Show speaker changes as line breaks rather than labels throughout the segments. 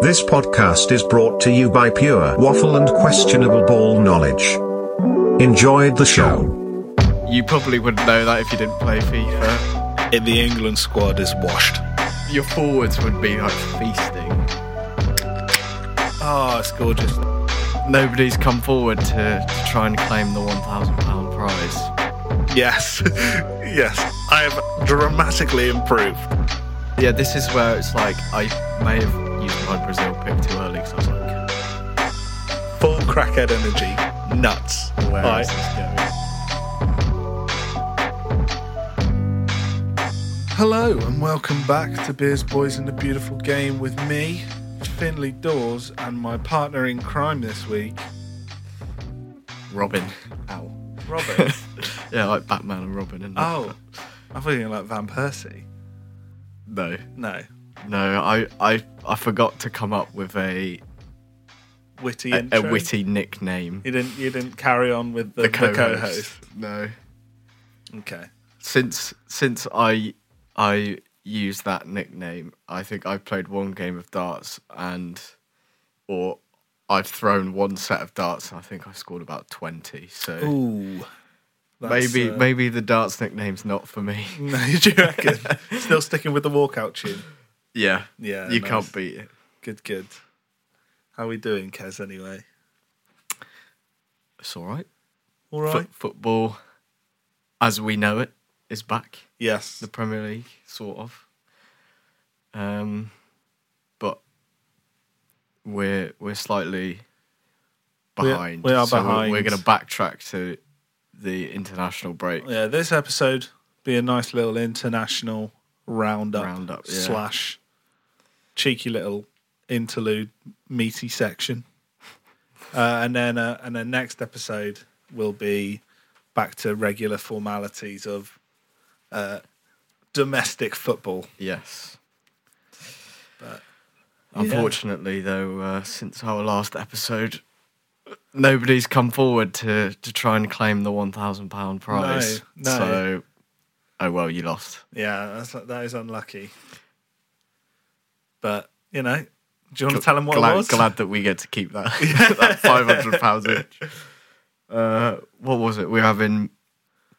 This podcast is brought to you by Pure Waffle and Questionable Ball Knowledge. Enjoyed the show.
You probably wouldn't know that if you didn't play FIFA.
In the England squad is washed.
Your forwards would be like feasting. Ah,
Oh, it's gorgeous.
Nobody's come forward to, to try and claim the £1,000 prize.
Yes, yes. I have dramatically improved.
Yeah, this is where it's like I may have used my Brazil pick too early because I was like,
Full crackhead energy. Nuts.
where is
Right.
this going?
Hello and welcome back to Beers, Boys, and the Beautiful Game with me, Finley Dawes, and my partner in crime this week,
Robin. Ow.
Robert.
Yeah, like Batman and Robin. And
oh, I thought you were like Van Persie.
No.
No,
No, I, I, I forgot to come up with a,
witty
a,
intro.
a witty nickname.
You didn't. You didn't carry on with the, the co-host.
No.
Okay.
since since I I used that nickname, I think I've played one game of darts and or I've thrown one set of darts and I think I've scored about twenty. So
Ooh. uh,
maybe maybe the darts nickname's not for me.
maybe. do you reckon? Still sticking with the walkout tune.
yeah.
Yeah,
You
nice.
can't beat it.
Good. Good. How we doing, Kez? Anyway.
It's all right.
All
Fo-
right.
football as we know it is back.
yes.
The Premier League, sort of. Um but we're we're slightly
We are-
behind.
we are
so we're- We're,
behind.
gonna backtrack to the international break.
yeah, this episode be a nice little international roundup,
Roundup, yeah.
slash cheeky little interlude meaty section, uh, and then uh, and then next episode will be back to regular formalities of uh, domestic football.
Yes.
But-
Unfortunately, though, uh, since our last episode, nobody's come forward to, to try and claim the one thousand pound prize.
no.
So, oh well, you lost.
Yeah, that's, that is unlucky. But you know, do you want to tell them what
glad,
it was?
glad that we get to keep that, that five hundred pounds each. Uh, what was it? We were having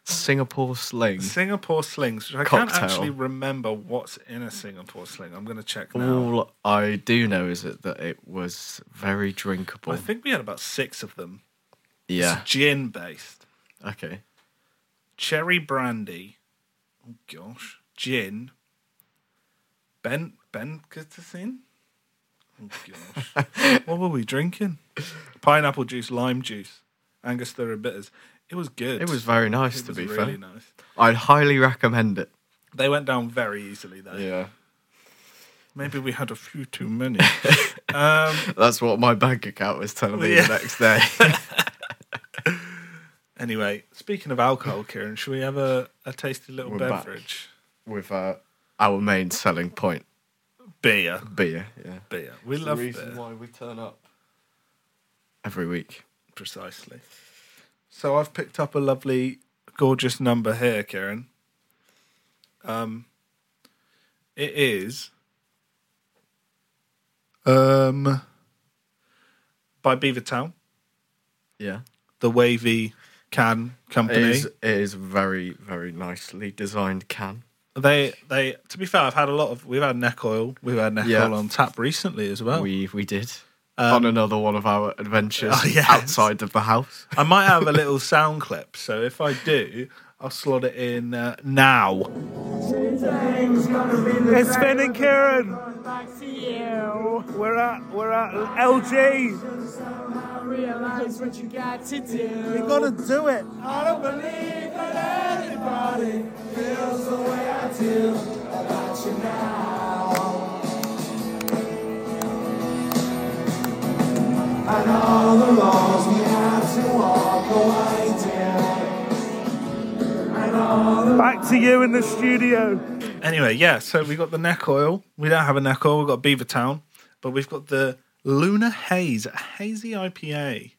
Singapore sling.
Singapore slings. Which I
Cocktail.
can't actually remember what's in a Singapore sling. I'm going to check now.
All I do know is that, that it was very drinkable.
I think we had about six of them.
yeah.
It's gin based,
Okay.
cherry brandy. Oh gosh, gin. Ben Ben Guttersin? Oh gosh, what were we drinking? Pineapple juice, lime juice, Angostura bitters. It was good.
It was very nice
It
to
was
be
really
fair.
nice.
I'd highly recommend it.
They went down very easily though.
Yeah.
Maybe we had a few too many. um,
That's what my bank account was telling me
Yeah.
the next day.
Anyway, speaking of alcohol, Kieran, should we have a, a tasty little
We're back.
beverage?
With uh, our main selling point,
Beer.
beer. Yeah.
Beer. We love beer.
why we turn up every week.
Precisely. So I've picked up a lovely, gorgeous number here, Kieran. Um, it is um, by Beavertown,
Yeah.
the Wavy Can
It
Company.
is, it is very, very nicely designed can.
They, they. To be fair, I've had a lot of. We've had neck oil. We've had neck
Yeah.
oil on tap recently as well.
we we did on another one of our adventures
Um, Oh, yes.
outside of the house.
I might have a little sound clip, so if I do, I'll slot it in uh, now.
It's Finn and Kieran. We're at we're at LG.
Realize what you got to do.
We've got to do it.
I don't believe that anybody feels the way I do about you now. And all the roads we have to walk away down. And all the
Back to you in the studio.
Anyway, yeah, so we got the neck oil. We don't have a neck oil. We've got Beaver Town, but we've got the Lunar Haze, a hazy IPA.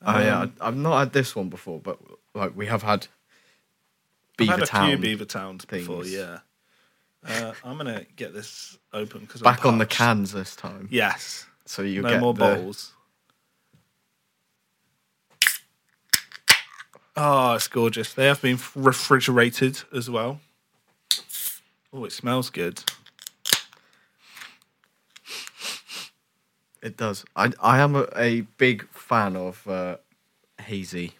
Um,
oh yeah, I- I've not had this one before, but like we have had Beaver
I've had a
Town,
few Beaver Towns before,
things.
yeah. Uh, I'm gonna get this open because
Back on the cans this time.
Yes.
So you
no
get
more
the-
bowls. Oh, it's gorgeous. They have been refrigerated as well. Oh, it smells good.
It does. I I am a, a big fan of uh, hazy.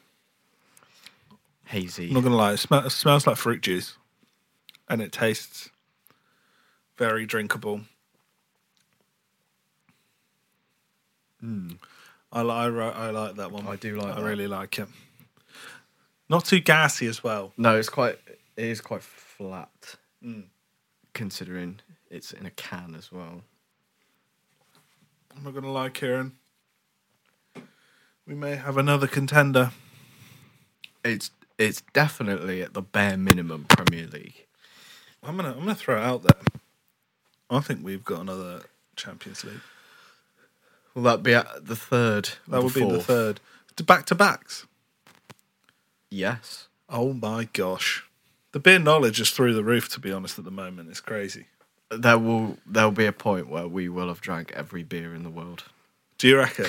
Hazy.
I'm not gonna lie, it, sm- it smells like fruit juice, and it tastes very drinkable. I, li- I, ri- I like that one.
Hmm. I do like
I
that.
really like it. Not too gassy as well.
No, it's quite. It is quite flat,
Mm.
considering it's in a can as well.
I'm not gonna lie, Kieran. We may have another contender.
It's it's definitely at the bare minimum Premier League.
I'm gonna I'm gonna throw it out there. I think we've got another Champions League.
Will that be at the third? or
That would be the
fourth?
third. Back to backs.
Yes.
Oh my gosh. The beer knowledge is through the roof, to be honest, at the moment. It's crazy.
There will there will be a point where we will have drank every beer in the world
Do you reckon?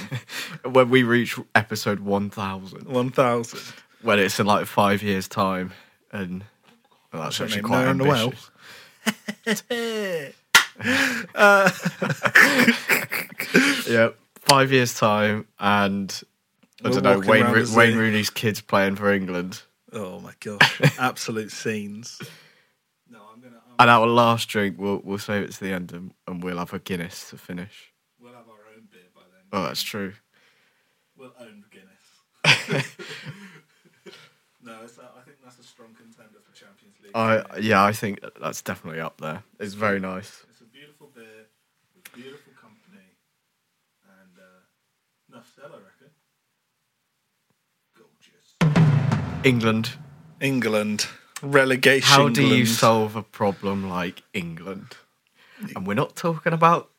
when we reach episode one thousand.
1,000.
When it's in like five years' time, and well, that's
What's her
actually
name?
quite
Noah Noel?
ambitious. Yep. Five years' time, and I
We're
don't know.
walking
Wayne,
around
Ro-
as
Wayne
the-
Rooney's kids playing for England,
Oh my gosh. Absolute scenes. No, I'm um, going to.
and our last drink, we'll we'll save it to the end, and, and we'll have a Guinness to finish.
We'll have our own beer by then.
Oh, that's true.
We'll own Guinness. no, it's, uh, I think that's a strong contender for Champions League.
I yeah, I think that's definitely up there. It's very nice.
It's a beautiful beer with beautiful company, and uh, enough said, I reckon. Gorgeous.
England.
England relegation.
How do you
England.
solve a problem like England? And we're not talking about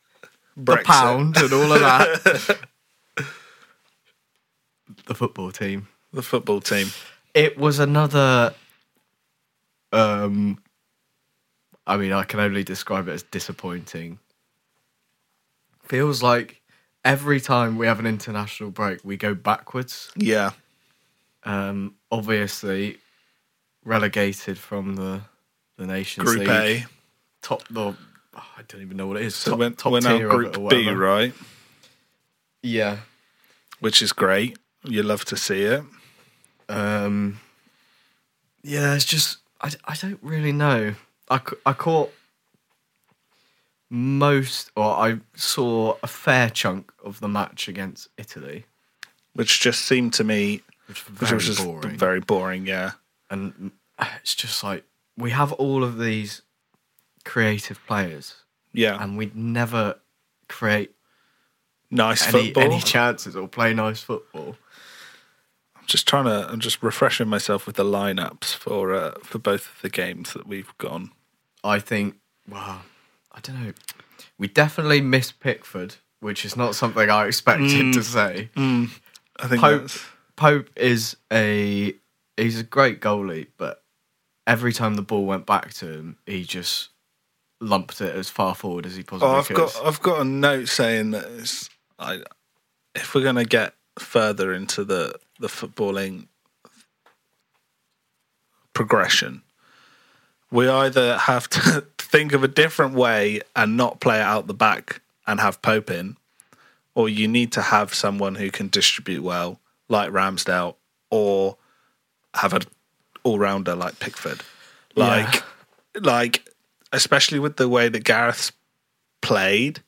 the
Brexit.
pound and all of that. the football team.
The football team.
It was another. Um, I mean, I can only describe it as disappointing. Feels like every time we have an international break, we go backwards.
Yeah.
Um, obviously, relegated from the the Nations
Group
League.
A.
top the oh, I don't even know what it is.
So
top,
we're,
top
we're now
tier of it or
Group B,
whatever.
right?
Yeah.
Which is great. You love to see it.
Um, yeah, it's just I, d- I don't really know. I, c- I caught most, or I saw a fair chunk of the match against Italy,
Which just seemed to me
which was
which
very
was just
boring.
very boring. Yeah.
and it's just like we have all of these creative players,
Yeah.
and we'd never create
nice
any,
football.
any chances or play nice football.
just trying to I'm just refreshing myself with the lineups for uh, for both of the games that we've gone.
I think, wow, I don't know. We definitely missed Pickford, which is not something I expected
Mm.
to say.
I think
Pope
that's-
Pope is a he's a great goalie, but every time the ball went back to him, he just lumped it as far forward as he possibly
Oh, I've
could.
got I've got a note saying that it's, I if we're gonna get further into the the footballing progression, we either have to think of a different way and not play it out the back and have Pope in, or you need to have someone who can distribute well, like Ramsdale, or have an all rounder like Pickford. Like like especially with the way that Gareth's played,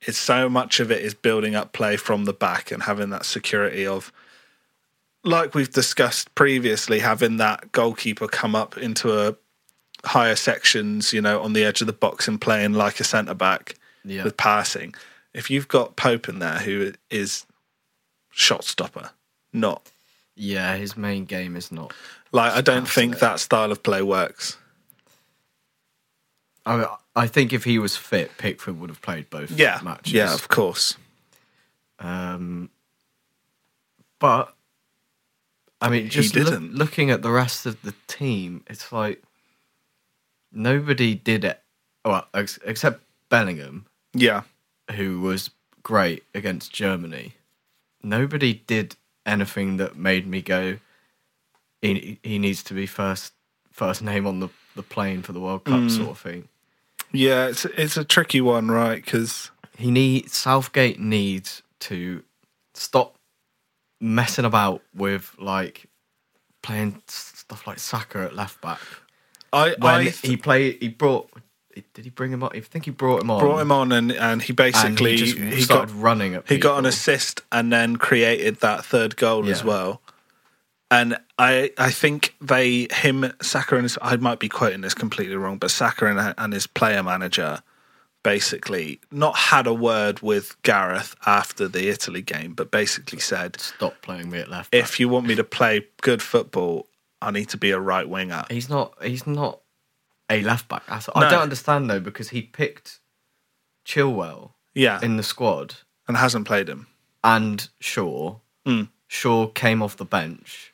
it's so much of it is building up play from the back and having that security of like we've discussed previously, having that goalkeeper come up into a higher sections, you know, on the edge of the box and playing like a centre back
Yeah.
with passing. If you've got Pope in there who is shot stopper, not
yeah, his main game is not.
like I don't think that style of play works.
I I think if he was fit, Pickford would have played both
Yeah.
matches.
Yeah, of course.
Um, but I mean, just loo-
didn't.
looking at the rest of the team, it's like nobody did it well, ex- except Bellingham,
Yeah.
who was great against Germany. Nobody did anything that made me go. He he needs to be first first name on the, the plane for the World Cup sort of thing.
Yeah, it's it's a tricky one, right? Because
He need Southgate needs to stop messing about with like playing stuff like Saka at left back.
I
When
I
he played, he brought. Did he bring him on? I think he brought him on.
brought him on and and he
and
basically
he just
he,
started
got
running at.
he got an
people.
assist and then created that third goal as
Yeah.
well. And I I think they him Saka and his, I might be quoting this completely wrong, but Saka and, and his player manager basically not had a word with Gareth after the Italy game, but basically said
Stop playing me at left. back.
if you want me to play good football, I need to be a right winger.
He's not. He's not a left back. That's-
No.
I don't understand though because he picked Chilwell
Yeah,
in the squad
and hasn't played him.
and Shaw.
Hmm.
Shaw came off the bench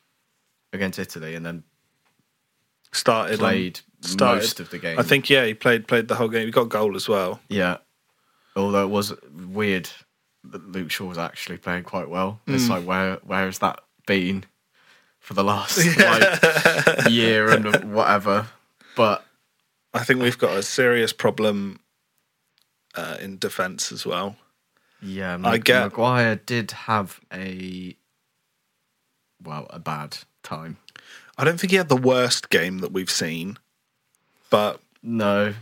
against Italy and then
Started on-
played most of the game.
I think yeah, he played played the whole game. He got a goal as well.
yeah. Although it was weird that Luke Shaw was actually playing quite well.
Mm.
It's like where where has that been for the last like, year and whatever? But
I think we've got a serious problem uh, in defence as well.
Yeah,
I
Mag-
get-
Maguire did have a well a bad time.
I don't think he had the worst game that we've seen, but
No,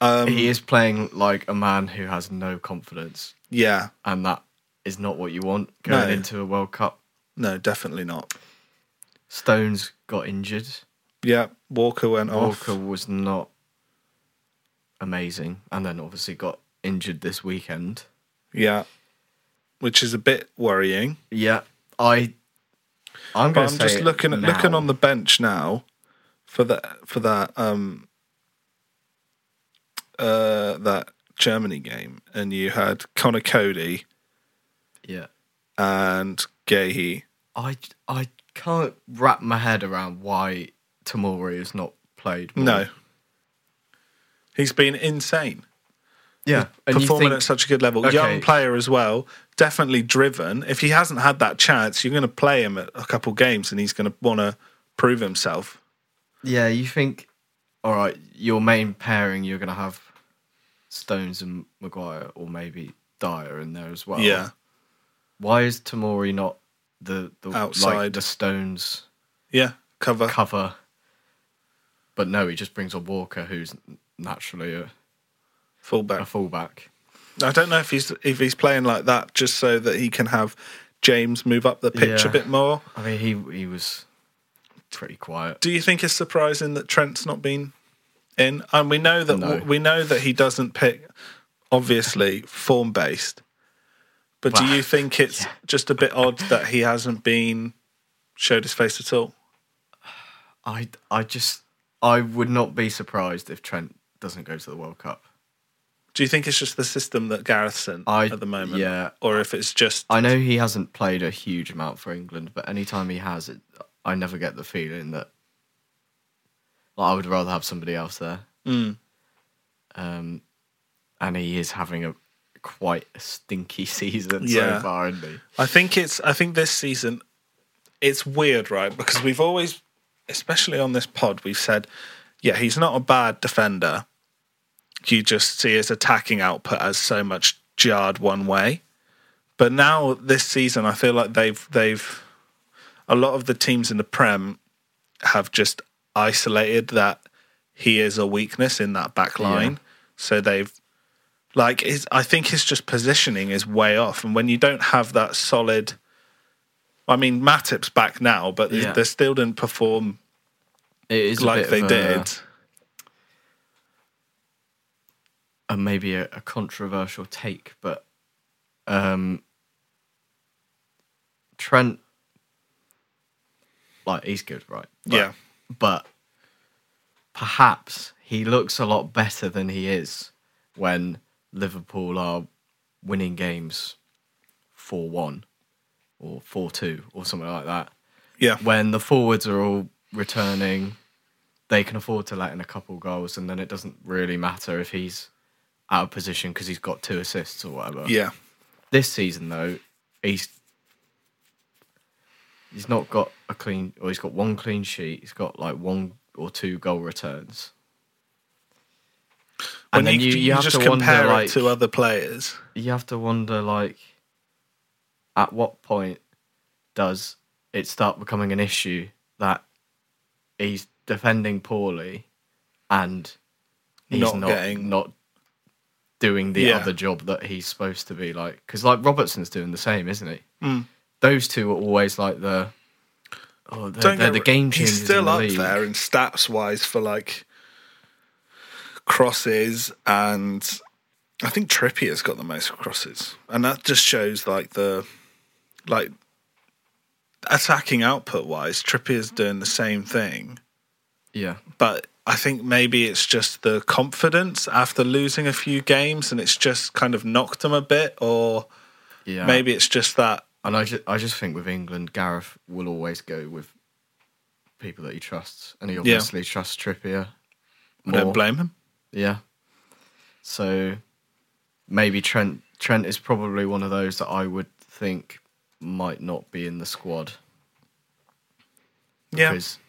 um,
he is playing like a man who has no confidence,
yeah,
and that is not what you want going
No.
into a World Cup.
no, definitely not.
Stones got injured.
Yeah, Walker went
Walker
off.
was not amazing, and then obviously got injured this weekend.
Yeah, which is a bit worrying.
Yeah, I. I'm,
But
gonna
I'm just
say
looking at
now.
looking on the bench now for that for that um uh that Germany game, and you had Connor Cody
yeah.
and Gahey.
I I can't wrap my head around why Tamori has not played. more.
No, he's been insane.
yeah, and you
performing
think
at such a good level.
Okay.
Young player as well, definitely driven. If he hasn't had that chance, you're going to play him at a couple games, and he's going to want to prove himself.
yeah, you think all right, your main pairing you're gonna have Stones and Maguire, or maybe Dyer in there as well.
Yeah,
why is Tamori not the the like
Outside.
the Stones
yeah, cover.
cover? But no, he just brings on Walker, who's naturally a, a
fullback.
fullback.
I don't know if he's if he's playing like that just so that he can have James move up the pitch
Yeah.
a bit more.
I mean, he he was pretty quiet.
Do you think it's surprising that Trent's not been in? And we know that
No.
we know that he doesn't pick obviously form based. But do
Well,
you think it's just a bit odd that he hasn't been showed his face at all?
I I just I would not be surprised if Trent doesn't go to the World Cup.
Do you think it's just the system that Gareth's in
I-
at the moment?
yeah.
Or if it's just
I know he hasn't played a huge amount for England, but anytime he has, it, I never get the feeling that like, I would rather have somebody else there. Um, and he is having a quite a stinky season
Yeah.
so far, isn't he?
I think it's I think this season it's weird, right? Because we've always especially on this pod, we've said, yeah, he's not a bad defender. You just see his attacking output as so much jarred one way. But now this season I feel like they've they've a lot of the teams in the Prem have just isolated that he is a weakness in that back line. So they've like his, I think his just positioning is way off, and when you don't have that solid, I mean, Matip's back now, but they-
Yeah.
they still didn't perform
It is a bit
like
of
they
a-
did.
a maybe a, a controversial take, but um, Trent, like he's good, right? But-
yeah,
but perhaps he looks a lot better than he is when Liverpool are winning games four one or four two or something like that
yeah,
when the forwards are all returning, they can afford to let in a couple goals, and then it doesn't really matter if he's out of position because he's got two assists or whatever.
Yeah.
This season though, he's he's not got a clean, or he's got one clean sheet. He's got like one or two goal returns.
When you, you, just compare it to other players,
you have to wonder like at what point does it start becoming an issue that he's defending poorly and he's
Not
not not,
getting-
doing the
Yeah.
other job that he's supposed to be like because like robertson's doing the same isn't he
Hmm.
those two are always like the oh they're,
Don't
they're
get
the
wr-
game changers
He's still
in the
up
league.
there in stats wise for like crosses, and I think Trippier's got the most crosses, and that just shows like the like attacking output wise, Trippier's doing the same thing,
yeah
but. I think maybe it's just the confidence after losing a few games and it's just kind of knocked him a bit, or
yeah
maybe it's just that
And I just, I just think with England, Gareth will always go with people that he trusts, and he obviously trusts Trippier.
I don't
more.
blame him.
Yeah. So maybe Trent Trent is probably one of those that I would think might not be in the squad
Yeah.
because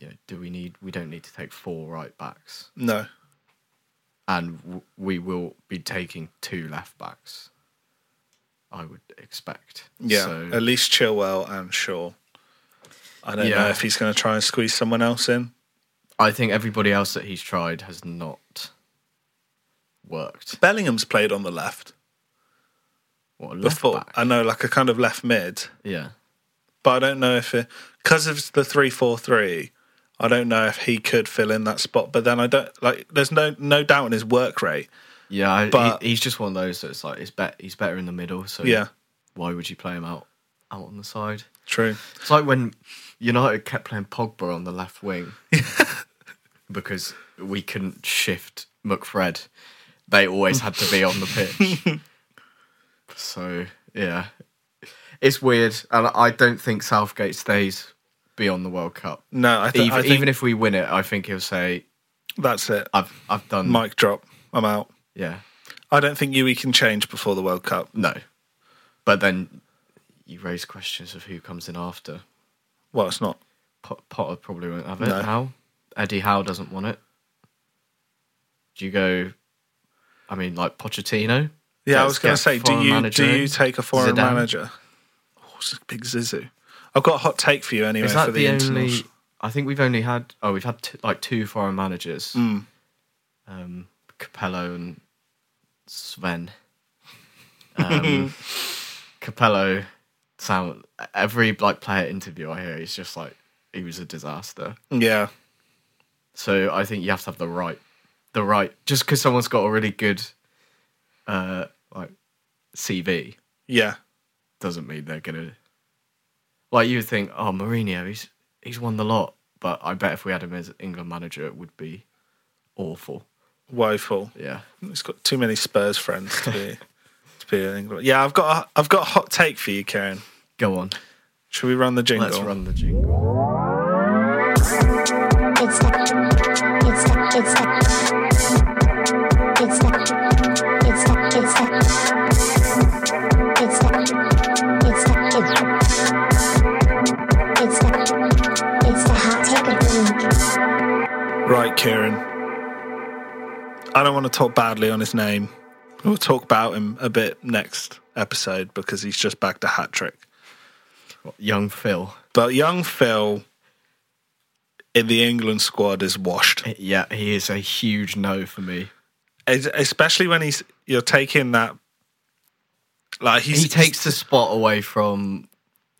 yeah, do we need we don't need to take four right backs,
No.
and w- we will be taking two left backs. I would expect.
Yeah,
So-
at least Chilwell and Shaw. I don't know
Yeah.
if he's going to try and squeeze someone else in.
I think everybody else that he's tried has not worked.
Bellingham's played on the left
What a left
before. uh,
back.
I know, like a kind of left mid,
yeah,
but I don't know if it because of the three four three. I don't know if he could fill in that spot, but then I don't like. There's no no doubt in his work rate.
yeah. I-
But-
he, he's just one of those that's like, he's bet he's better in the middle. So
Yeah,
why would you play him out out on the side?
true.
It's like when United kept playing Pogba on the left wing because we couldn't shift McFred. They always had to be on the pitch. so yeah, it's weird, and I don't think Southgate stays beyond the World Cup.
No, I, th-
even,
I think
even if we win it, I think he'll say,
that's it.
"I've I've done."
Mic drop. I'm out.
Yeah,
I don't think Yui can change before the World Cup.
no, but then you raise questions of who comes in after.
Well, it's not.
Pot- Potter probably won't have it.
No.
Howe, Eddie Howe doesn't want it. Do you go? I mean, like Pochettino.
Yeah, I
Let's
was going
get
to say, do
foreign
you
manager
do
in.
you take a foreign
Zidane.
manager? Oh, it's a big Zizou. I've got a hot take for you anyway
Is that
for
the,
the,
only?
internals.
I think we've only had. Oh, we've had t- like two foreign managers.
Mm.
Um, Capello and Sven. Um, Capello, sound every like player interview I hear, he's just like he was a disaster.
Yeah,
So I think you have to have the right, the right. Just because someone's got a really good, uh, like CV
yeah,
doesn't mean they're gonna. Like you would think, oh Mourinho, he's he's won the lot, but I bet if we had him as England manager, it would be awful.
woeful.
Yeah,
He's got too many Spurs friends to be to be in England. Yeah, I've got a, I've got a hot take for you, Karen.
go on,
Should we run the jingle?
let's run the jingle.
It's the, it's the, it's the, it's the, it's the, it's the, it's the, it's the, it's the, it's the, it's the hot take of the week.
Right, Kieran. I don't want to talk badly on his name. We'll talk about him a bit next episode because he's just backed a hat trick.
Young Phil,
But young Phil in the England squad is washed.
yeah, he is a huge no for me.
Es- especially when he's you're taking that like he's,
He takes the spot away from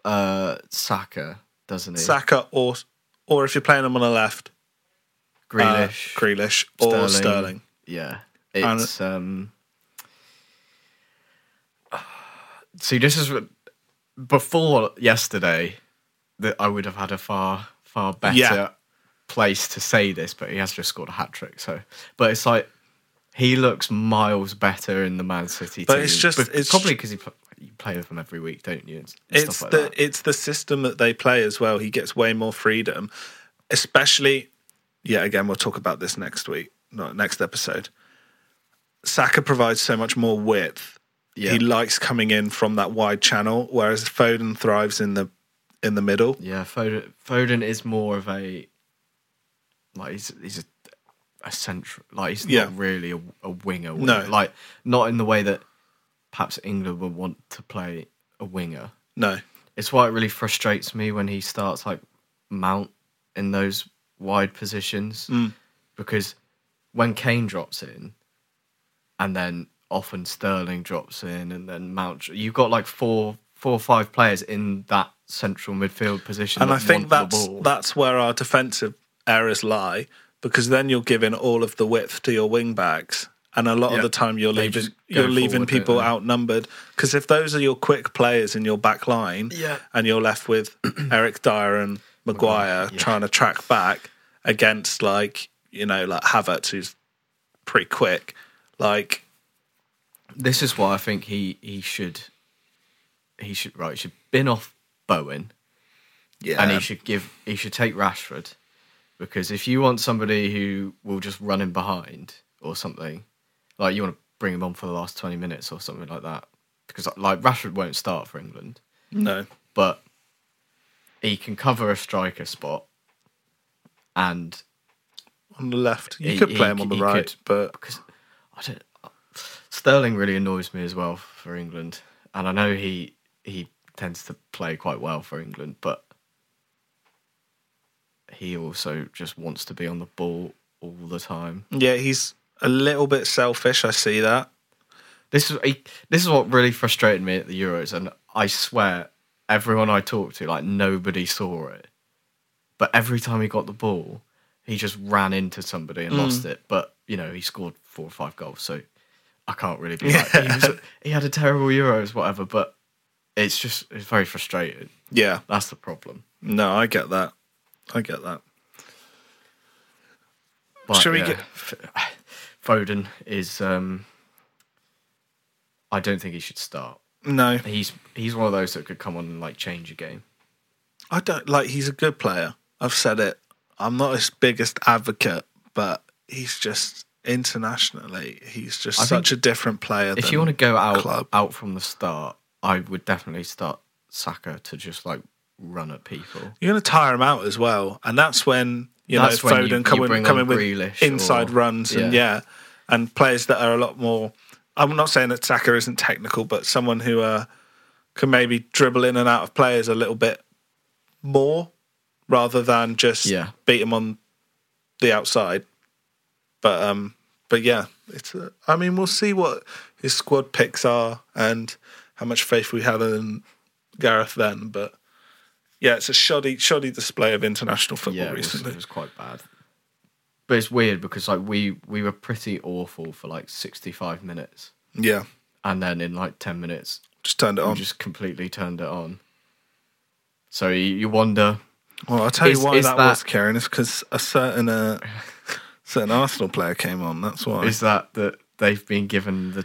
uh Saka, doesn't he?
Saka or or if you're playing him on the left, uh,
Grealish,
Grealish or Sterling.
Yeah, it's um. See, this is what- before yesterday that I would have had a far far better
Yeah.
place to say this, but he has just scored a hat trick. So, but it's like he looks miles better in the Man City.
But
team.
it's just-
But
it's-
probably because you, pl- you play with them every week, don't you? And and
it's
stuff like
the
that.
it's the system that they play as well. He gets way more freedom, especially yeah, again, we'll talk about this next week, not next episode. Saka provides so much more width.
Yeah.
He likes coming in from that wide channel, whereas Foden thrives in the in the middle.
Yeah, Foden, Foden is more of a like he's he's a, a central like he's
Yeah.
not really a, a winger.
No.
winger. like not in the way that perhaps England would want to play a winger.
No,
It's why it really frustrates me when he starts like Mount in those wide positions
Hmm.
because when Kane drops in and then often Sterling drops in and then Mount you've got like four four or five players in that central midfield position
and I
that want
think
the
that's
ball.
that's where our defensive errors lie, because then you're giving all of the width to your wing backs, and a lot
Yeah.
of the time you're
They
leaving
just go
you're leaving
forward, don't
people
they?
outnumbered. Because if those are your quick players in your back line,
Yeah.
and you're left with Eric Dyer and Maguire
yeah.
trying to track back against like you know like Havertz who's pretty quick, like
this is why I think he he should he should right he should bin off Bowen
yeah,
and he should give he should take Rashford because if you want somebody who will just run him behind or something like you want to bring him on for the last 20 minutes or something like that because like Rashford won't start for England
no
but he can cover a striker spot and
on the left you
He-
could
he-
play him on the
he
right,
could-
but
because I don't. Sterling really annoys me as well for England, and I know he he tends to play quite well for England, but he also just wants to be on the ball all the time.
yeah he's a little bit selfish. I see that.
This is he, this is what really frustrated me at the Euros, and I swear everyone I talked to, like nobody saw it, but every time he got the ball, he just ran into somebody
Mm.
and lost it. But you know, he scored four or five goals, so I can't really be like he, was, he had a terrible Euros, whatever. But it's just it's very frustrating.
Yeah.
That's the problem.
No, I get that. I get that.
But,
Shall we
yeah,
get-
F- Foden is. um I don't think he should start.
No,
He's he's one of those that could come on and like change a game.
I don't like. He's a good player. I've said it. I'm not his biggest advocate, but he's just internationally, he's just
I
such
think
a different player.
if
than
you want to go out
club.
out from the start, I would definitely start Saka to just like run at people.
you're going to tire him out as well, and that's when you
That's
know
when you-
Foden
you
coming
bring
coming
on
with
Grealish
inside
or-
runs and yeah,
yeah.
and players that are a lot more. I'm not saying that Saka isn't technical, but someone who uh, can maybe dribble in and out of players a little bit more rather than just
Yeah.
beat him on the outside. But um, but yeah, it's. Uh, I mean, we'll see what his squad picks are and how much faith we have in Gareth then. But yeah, it's a shoddy, shoddy display of international football
Yeah, it was,
recently.
it was quite bad. But it's weird because like we we were pretty awful for like sixty five minutes,
Yeah,
and then in like ten minutes
just turned it
we
on.
just completely turned it on. So you, you wonder,
well, I'll tell you
is-
why
is
that,
that-
was, Karen, is because a certain uh, certain Arsenal player came on. That's why.
is that that they've been given the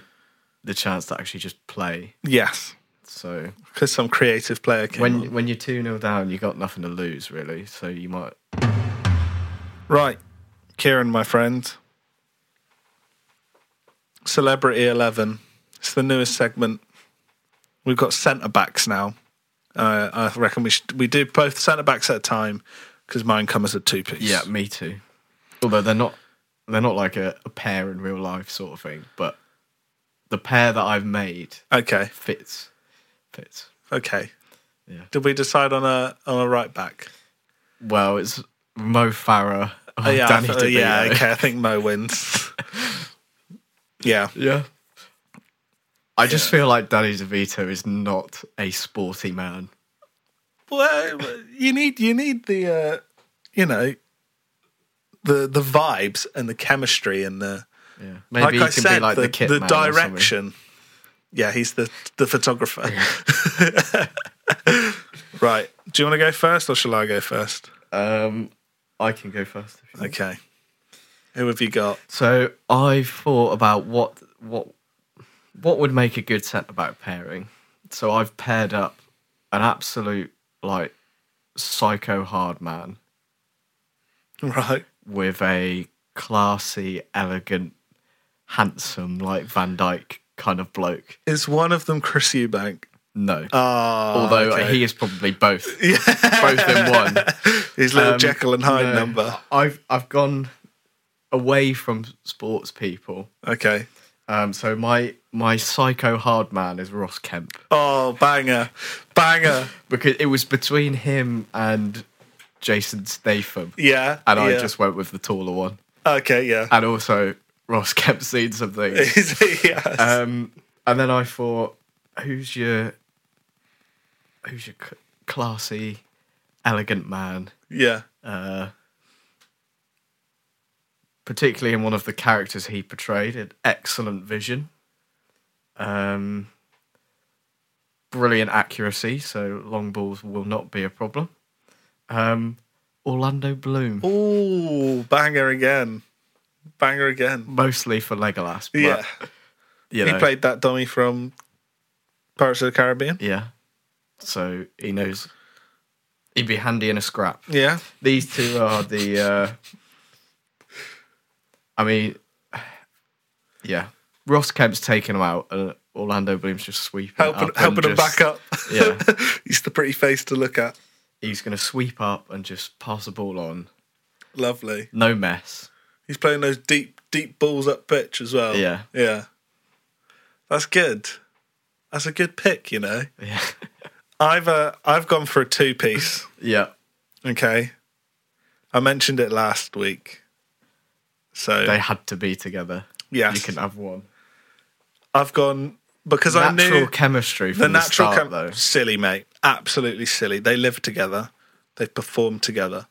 the chance to actually just play?
yes,
So
because some creative player came on.
when when you're two 0 down, you got nothing to lose really. So you might
Right, Kieran, my friend. Celebrity 11. It's the newest segment. We've got centre backs now. Uh, I reckon we should, we do both centre backs at a time because mine come as a two piece.
Yeah, me too. Although they're not they're not like a, a pair in real life sort of thing, but the pair that I've made
Okay.
fits. Fits.
Okay.
Yeah.
Did we decide on a on a right back?
Well, it's Mo Farah or
Oh, yeah. I
Danny
th-
DeVito.
yeah. Okay. I think Mo wins. yeah.
Yeah. I just feel like Danny DeVito is not a sporty man.
Well, uh, you need you need the uh, you know the the vibes and the chemistry and the
Yeah. Maybe he can be like the, kid man or something.
direction. Yeah, he's the the photographer. right. Do you want to go first, or shall I go first?
Um, I can go first. If you want.
Okay. Who have you got?
So I thought about what what what would make a good centre back pairing. So I've paired up an absolute like psycho hard man
Right.
with a classy, elegant, handsome, like Van Dyke kind of bloke.
Is one of them Chris Eubank?
No.
Ah,
Although uh,
okay.
he is probably both. Both in one.
his little
Um,
Jekyll and Hyde
no,
number.
I've I've gone away from sports people.
Okay.
Um, so my my psycho hard man is Ross Kemp
Oh, banger, banger.
because it was between him and Jason Statham,
Yeah.
and I
yeah.
just went with the taller one.
okay. Yeah.
And also Ross Kemp's seen some things.
yes.
Um, and then I thought, who's your who's your c- classy, elegant man?
yeah.
particularly in one of the characters he portrayed, had excellent vision, um, brilliant accuracy, so long balls will not be a problem. Um, Orlando Bloom,
Ooh, banger again, banger again.
mostly for Legolas, but
yeah.
you
He
know,
played that dummy from Pirates of the Caribbean.
yeah. So he knows he'd be handy in a scrap.
Yeah.
These two are the. Uh, I mean, yeah. Ross Kemp's taking him out, and Orlando Bloom's just sweeping, it
Helping,
up and
helping him
just-
back up.
Yeah.
He's the pretty face to look at.
he's going to sweep up and just pass the ball on.
Lovely.
No mess.
He's playing those deep, deep balls up pitch as well.
Yeah.
Yeah. That's good. That's a good pick, you know.
Yeah.
I've uh, I've gone for a two piece.
yeah.
Okay. I mentioned it last week. So
They had to be together.
Yes.
You can have one.
I've gone because I
natural
knew
chemistry from
the
the,
natural
start,
chem-
though.
silly mate, absolutely silly. They live together, they perform together.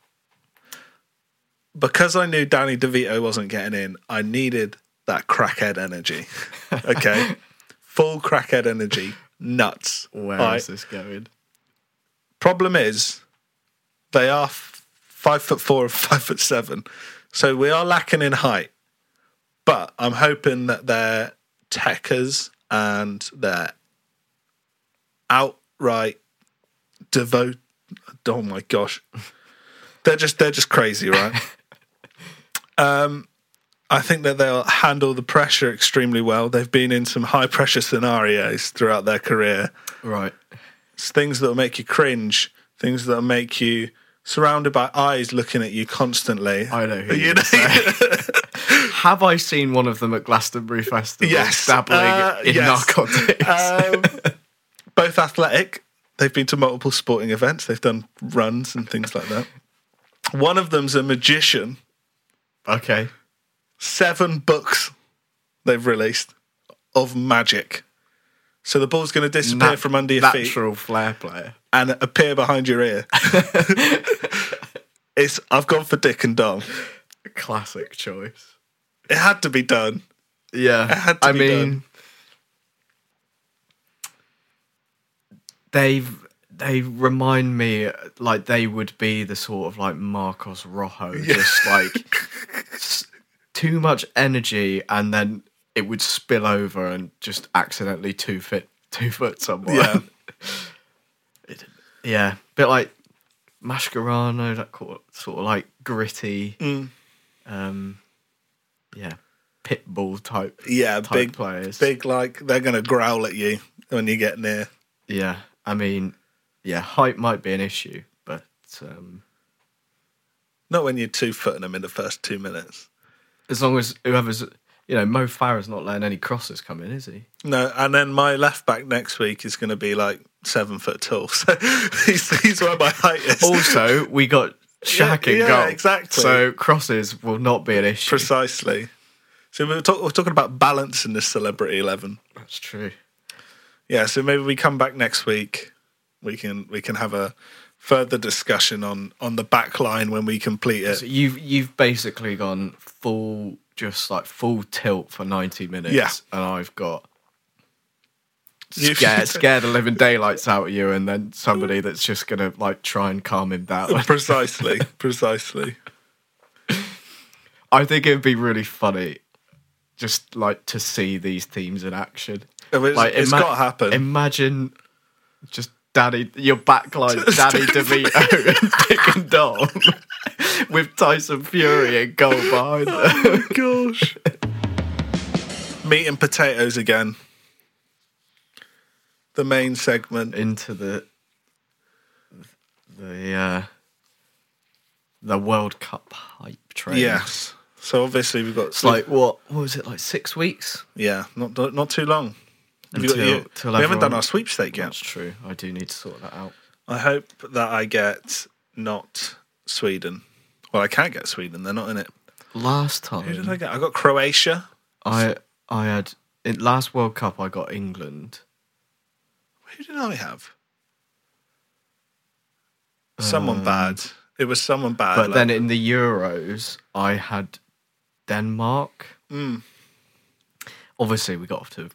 Because I knew Danny DeVito wasn't getting in, I needed that crackhead energy. Okay, full crackhead energy, nuts.
Where is
All right.
this going?
Problem is, they are f- five foot four and five foot seven, so we are lacking in height. But I'm hoping that their techers and their outright devote. Oh my gosh, they're just they're just crazy, right? um, I think that they'll handle the pressure extremely well. They've been in some high pressure scenarios throughout their career
Right.
things that'll make you cringe, things that'll make you surrounded by eyes looking at you constantly.
I know who
You
you
know?
Have I seen one of them at Glastonbury Festival
Yes.
dabbling
Uh,
in
yes.
narcotics?
Um, both athletic. They've been to multiple sporting events. They've done runs and things like that. One of them's a magician.
okay.
Seven books they've released of magic. So the ball's going to disappear
Nat-
from under your feet.
natural flair player.
and appear behind your ear. it's I've gone for Dick and Dom.
Classic choice.
It had to be done.
Yeah,
had to
I
be
mean,
done.
they've they remind me like they would be the sort of like Marcos Rojo, just like s- too much energy, and then it would spill over and just accidentally two fit two foot someone.
Yeah.
It- yeah, bit like Mascherano, that co- sort of like gritty,
Mm.
um, yeah, pit bull type
Yeah,
type
big
players.
big like they're gonna growl at you when you get near.
Yeah, I mean, yeah, height might be an issue, but um,
Not when you're two footing them in the first two minutes.
as long as whoever's, you know, Mo Farah's not letting any crosses come in, is he?
No, and then my left back next week is gonna be like seven foot tall. So he's, he's where my height is.
Also, we got Shaq
Yeah,
in
yeah,
goal,
exactly.
So crosses will not be an issue.
Precisely. So we were, talk, we we're talking about balance in this celebrity eleven.
That's true.
yeah so maybe we come back next week we can we can have a further discussion on on the back line when we complete it
So you've you've basically gone full, just like full tilt for ninety minutes,
Yeah.
and I've got.
You've-
Scared, scared the living daylights out of you, and then somebody that's just gonna like try and calm him down.
precisely precisely
I think it'd be really funny just like to see these teams in action.
It's-
like,
it's gotta happen.
Imagine just Danny, your backline, Danny DeVito and Dick and Dom, with Tyson Fury and goal behind them.
Gosh. Meat and potatoes again. The main segment.
Into the the uh, the World Cup hype train.
Yes. So obviously we've got
it's like what? What was it like? Six weeks?
yeah, not not too long. Have you got
Until-
your-
till
we haven't
everyone-
done our sweepstake yet.
That's true. I do need to sort that out.
I hope that I get not Sweden. Well, I can't get Sweden. They're not in it.
Last
Who did I
time
get? I got Croatia.
I I had in last World Cup I got England.
Who did I have? Someone bad. It was someone bad.
Um, But
like-
then in the Euros, I had Denmark. Mm. Obviously, we got off to a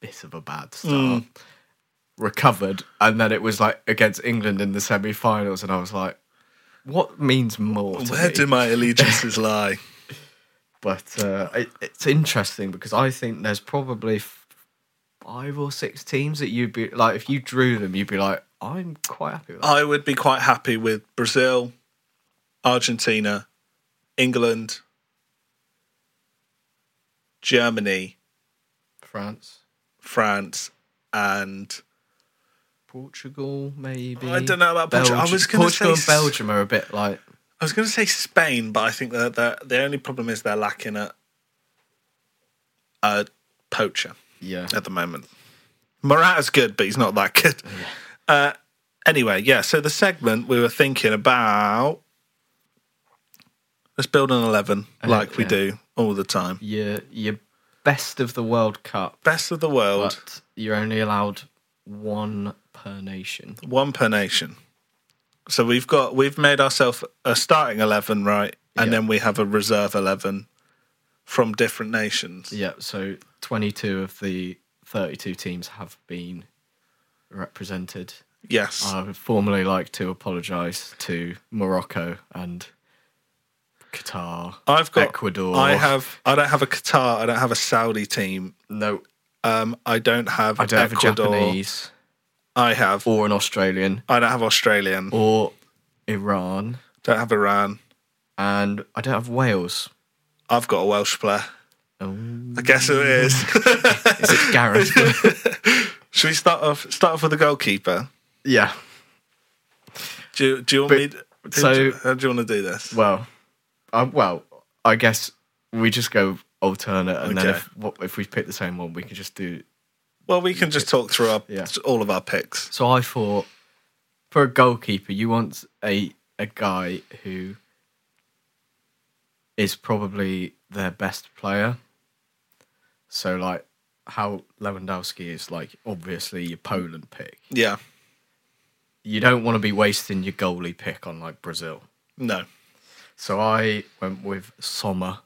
bit of a bad start. Recovered, and then it was like against England in the semi-finals, and I was like, "What means more?" To
where
me?
do my allegiances lie?
But uh, it, it's interesting because I think there's probably f- five or six teams that you'd be like, if you drew them, you'd be like, "I'm quite happy with that."
I would be quite happy with Brazil, Argentina, England, Germany,
France,
France, and
Portugal, maybe.
I don't know about Portugal. I
Belgium-
was gonna
Portugal
say
and
s-
Belgium are a bit like.
I was going to say Spain, but I think that that- the only problem is they're lacking a, a poacher
Yeah.
at the moment. Morata's good, but he's not that good. Uh, anyway, yeah. So the segment we were thinking about. Let's build an eleven like we
yeah.
do all the time.
Your your best of the World Cup,
Best of the world.
but you're only allowed one per nation.
one per nation. So we've got we've made ourselves a starting eleven, right? And
Yeah.
then we have a reserve eleven from different nations.
Yeah, so 22 of the 32 teams have been represented.
Yes.
I would formally like to apologise to Morocco and Qatar.
I've got
Ecuador.
I have I don't have a Qatar, I don't have a Saudi team.
no.
Um I don't have
I don't have a
Ecuador.
Japanese
I have
or an Australian
I don't have Australian.
or Iran,
Don't have Iran.
and I don't have Wales.
I've got a Welsh player.
Oh,
I guess who it is.
is it Gareth?
Should we start off start off with the goalkeeper?
yeah.
Do you do you want
But-
me to,
so-
how do you want to do this?
Well, um, well, I guess we just go alternate, and then
Okay.
if what, if we pick the same one, we can just do.
Well, we can just talk through our,
Yeah.
all of our picks.
So I thought, for a goalkeeper, you want a a guy who is probably their best player. So like how Lewandowski is like obviously your Poland pick.
Yeah.
You don't want to be wasting your goalie pick on like Brazil.
No.
So I went with Sommer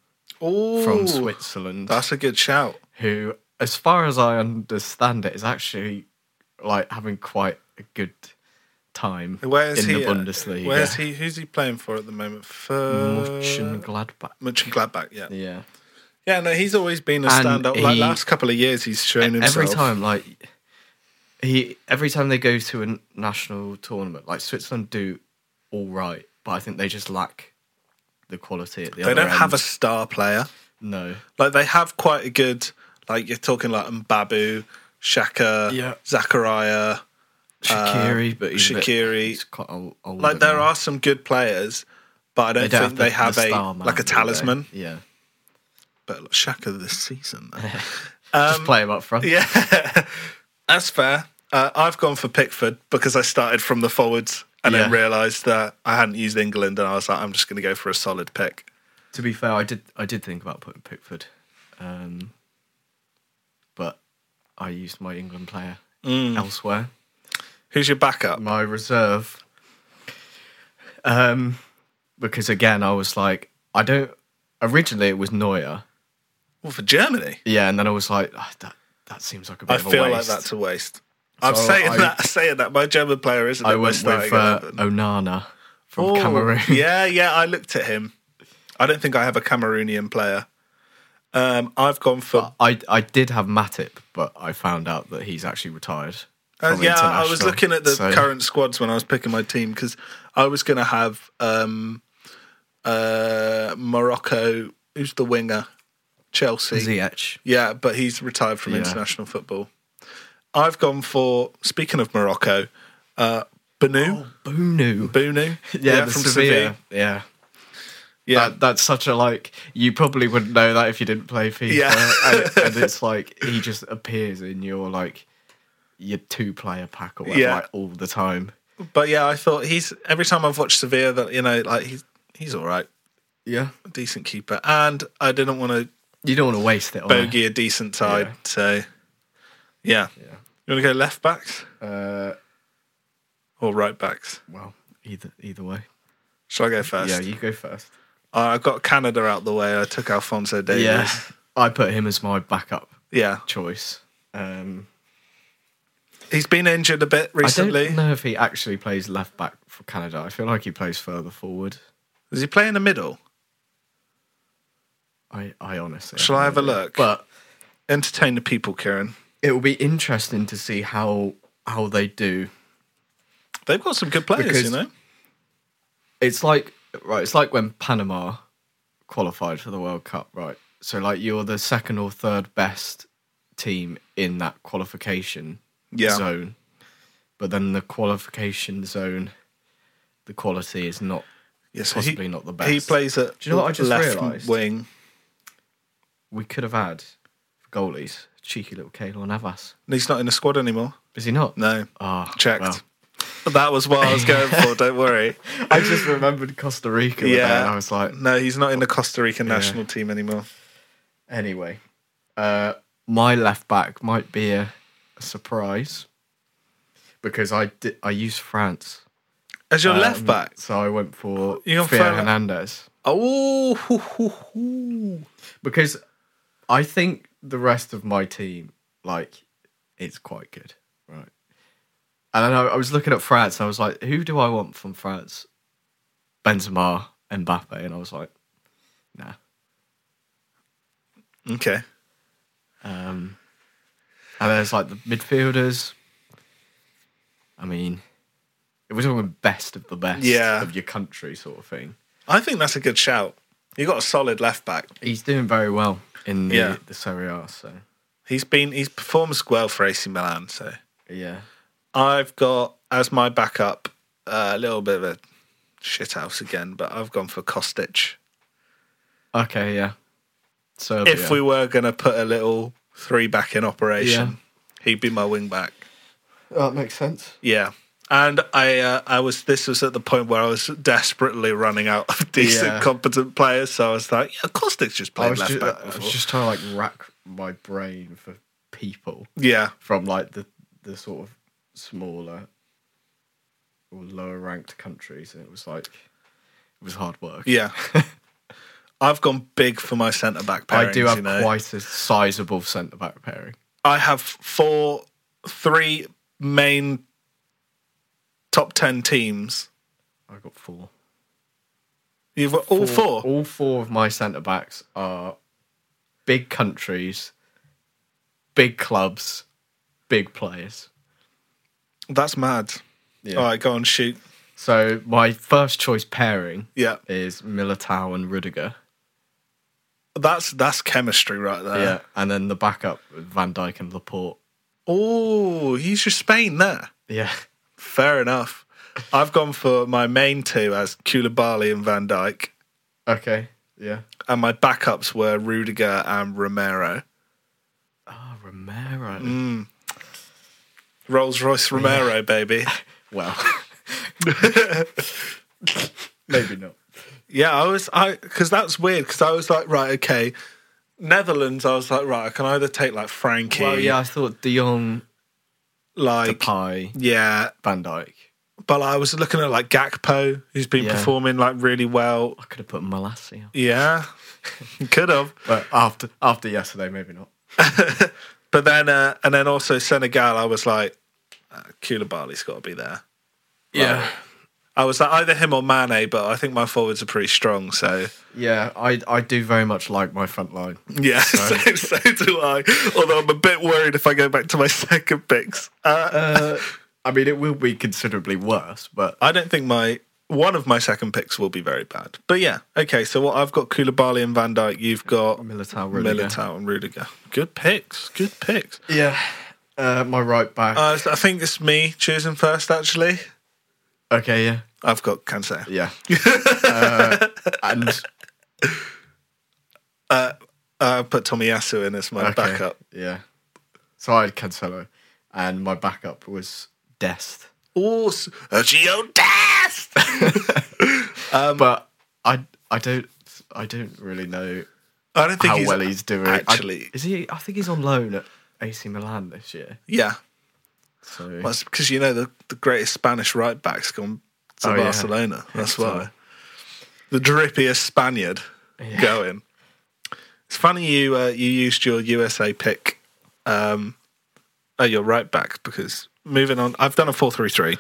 Oh,
from Switzerland.
That's a good shout.
who, as far as I understand it, is actually like having quite a good time
Where's
in
he?
the Bundesliga.
Where's he? Who's he playing for at the moment? For
Munchen Gladbach.
Gladbach. Yeah.
Yeah.
Yeah. No, he's always been a
And
standout. like
he-
last couple of years, he's shown himself.
Every time, like he, every time they go to a n- national tournament, like Switzerland do all right, but I think they just lack the quality at the
they
other
don't have a
end.
star player.
no.
Like they have quite a good. Like you're talking like Mbabu, Shaka,
Yeah.
Zachariah.
Shakiri, but he's a bit-
uh, Shaqiri.
he's quite old, older
Like there
now.
are some good players, but I don't, think
the-
they have
the
a
star man,
like
do
a
they?
talisman.
Yeah,
But like Shaka this season. though.
just play him up front.
Um, Yeah, that's fair. Uh, I've gone for Pickford because I started from the forwards and then
Yeah.
realised that I hadn't used England, and I was like, I'm just going to go for a solid pick.
To be fair, I did I did think about putting Pickford, um, but I used my England player
Mm.
elsewhere.
Who's your backup?
My reserve, um, because again I was like I don't. Originally it was Neuer,
Well, for Germany,
yeah, and then I was like "Ah, that that seems like a bit
I
of a
feel like
waste.
that's a waste. I'm
So
saying
I-
that, saying that my German player isn't.
I
in my
went with
starting
uh,
11.
Onana from
Oh,
Cameroon.
yeah, yeah, I looked at him. I don't think I have a Cameroonian player. Um, I've gone for
Uh, I I did have Matip, but I found out that he's actually retired.
Uh,
from
yeah, I was
international,
looking at the
so-
current squads when I was picking my team because I was going to have um, uh, Morocco. Who's the winger? Chelsea.
Ziyech.
Yeah, but he's retired from
Yeah.
international football. I've gone for speaking of Morocco, uh, Banu.
Bunu.
Bunu.
Oh. Yeah, the Sevilla. Yeah.
Yeah.
That, that's such a like. You probably wouldn't know that if you didn't play FIFA.
Yeah.
and, and it's like he just appears in your like your two player pack or whatever
Yeah.
like, all the time.
But yeah, I thought he's every time I've watched Sevilla that you know, like he's he's all right,
Yeah.
decent keeper, and I didn't want to
You don't want to waste it. on a-
bogey a decent side,
Yeah.
so yeah. You want to go left backs
Uh,
or right backs?
well, either either way.
Shall I go first?
Yeah, you go first.
Uh, I've got Canada out the way. I took Alfonso Davies.
Yeah, I put him as my backup
Yeah.
choice. Um,
he's been injured a bit
I don't
recently.
know if he actually plays left back for Canada. I feel like he plays further forward.
Does he play in the middle?
I, I honestly.
Shall I
no
have a
idea.
look?
But
Entertain the people, Kieran.
it will be interesting to see how how they do.
They've got some good players,
Because-
you know.
It's like right. It's like when Panama qualified for the World Cup, right? So like you're the second or third best team in that qualification
Yeah.
zone, but then the qualification zone, the quality is not.
Yes,
possibly not the
He
best.
plays at
Do you know what I just
left
realised?
wing.
We could have had goalies. Cheeky little Kaylor Navas.
And he's not in the squad anymore.
Is he not?
No,
Ah,
checked.
well.
That was what I was going for. Don't worry.
I just remembered Costa Rica. Yeah.
Yeah.
and I was like,
No, he's not in the Costa Rican national team anymore.
anyway, uh, my left back might be a, a surprise because I did, I used France.
As your
Um,
left back.
So I went for
You
Theo
got Fer-
Hernandez
Oh, hoo, hoo, hoo.
because I think the rest of my team, like, it's quite good, right? And then I, I was looking at France and I was like, who do I want from France? Benzema, Mbappe, and I was like, nah.
okay.
Um, and there's like the midfielders. I mean, if we're talking best of the best
Yeah.
of your country, sort of thing.
I think that's a good shout. You got a solid left back.
He's doing very well in the,
Yeah.
the Serie A, so
He's been he's performs well for AC Milan. So
yeah.
I've got as my backup uh, a little bit of a shit house again, but I've gone for Kostic.
Okay, yeah. So
If we were going to put a little three back in operation, he'd be my wing back.
that makes sense.
Yeah. And I, uh, I was. This was at the point where I was desperately running out of decent,
Yeah.
competent players. So I was like, "Yeah, Kostic's just
I
played
was,
left
just,
back."
I was
before.
just trying to like rack my brain for people
yeah,
from like the the sort of smaller or lower ranked countries, and it was like it was hard work.
yeah. I've gone big for my centre back.
I do
pairings,
have
you know.
quite a sizable centre back pairing.
I have four, three main top ten teams.
I got four.
You've got all four.
All four of my centre backs are big countries, big clubs, big players.
That's mad.
Yeah.
All right, go on, shoot.
So my first choice pairing
Yeah,
is Militao and Rudiger.
that's that's chemistry right there.
yeah, and then the backup Van Dijk and Laporte.
Oh, he's your Spain there.
Yeah.
Fair enough. I've gone for my main two as Koulibaly and Van Dijk,
Okay. Yeah.
and my backups were Rudiger and Romero.
Ah, Romero.
Rolls Royce Romero, baby.
Well, maybe not.
Yeah, I was I because that's weird because I was like right okay, Netherlands. I was like right, I can either take like Frankie,
Well, yeah, I thought De Jong,
like
Depay,
yeah,
Van Dijk.
but I was looking at like Gakpo, who's been
Yeah.
performing like really well.
I could have put Malassi on.
Yeah, could have,
But after after yesterday, maybe not.
but then uh, and then also Senegal. I was like, uh, Koulibaly's got to be there.
Yeah.
I was like either him or Mane, but I think my forwards are pretty strong. So
Yeah, I I do very much like my front line.
yeah, so, so do I. Although I'm a bit worried if I go back to my second picks. Uh,
I mean, it will be considerably worse, but
I don't think my one of my second picks will be very bad. But yeah, okay. So what I've got Koulibaly and Van Dyke. You've got
Militao, Rudiger.
Militao and Rudiger. Good picks. Good picks.
yeah, uh, my right back.
Uh, so I think it's me choosing first. Actually,
okay, yeah,
I've got Cancelo.
yeah, uh, and
Uh, I put Tomiyasu in as my
okay,
backup.
Yeah, so I had Cancelo, and my backup was Dest.
Awesome. A geo test. Um,
but I I don't I don't really know
I don't think
how
he's
well he's doing. I-
Actually,
is he? I think he's on loan at AC Milan this year.
yeah.
So
Well, it's because you know the, the greatest Spanish right back's gone to
Oh, yeah.
Barcelona. That's
so-
why. The drippiest Spaniard going. It's funny you uh, you used your USA pick, um, uh, your right back because moving on, I've done a four three three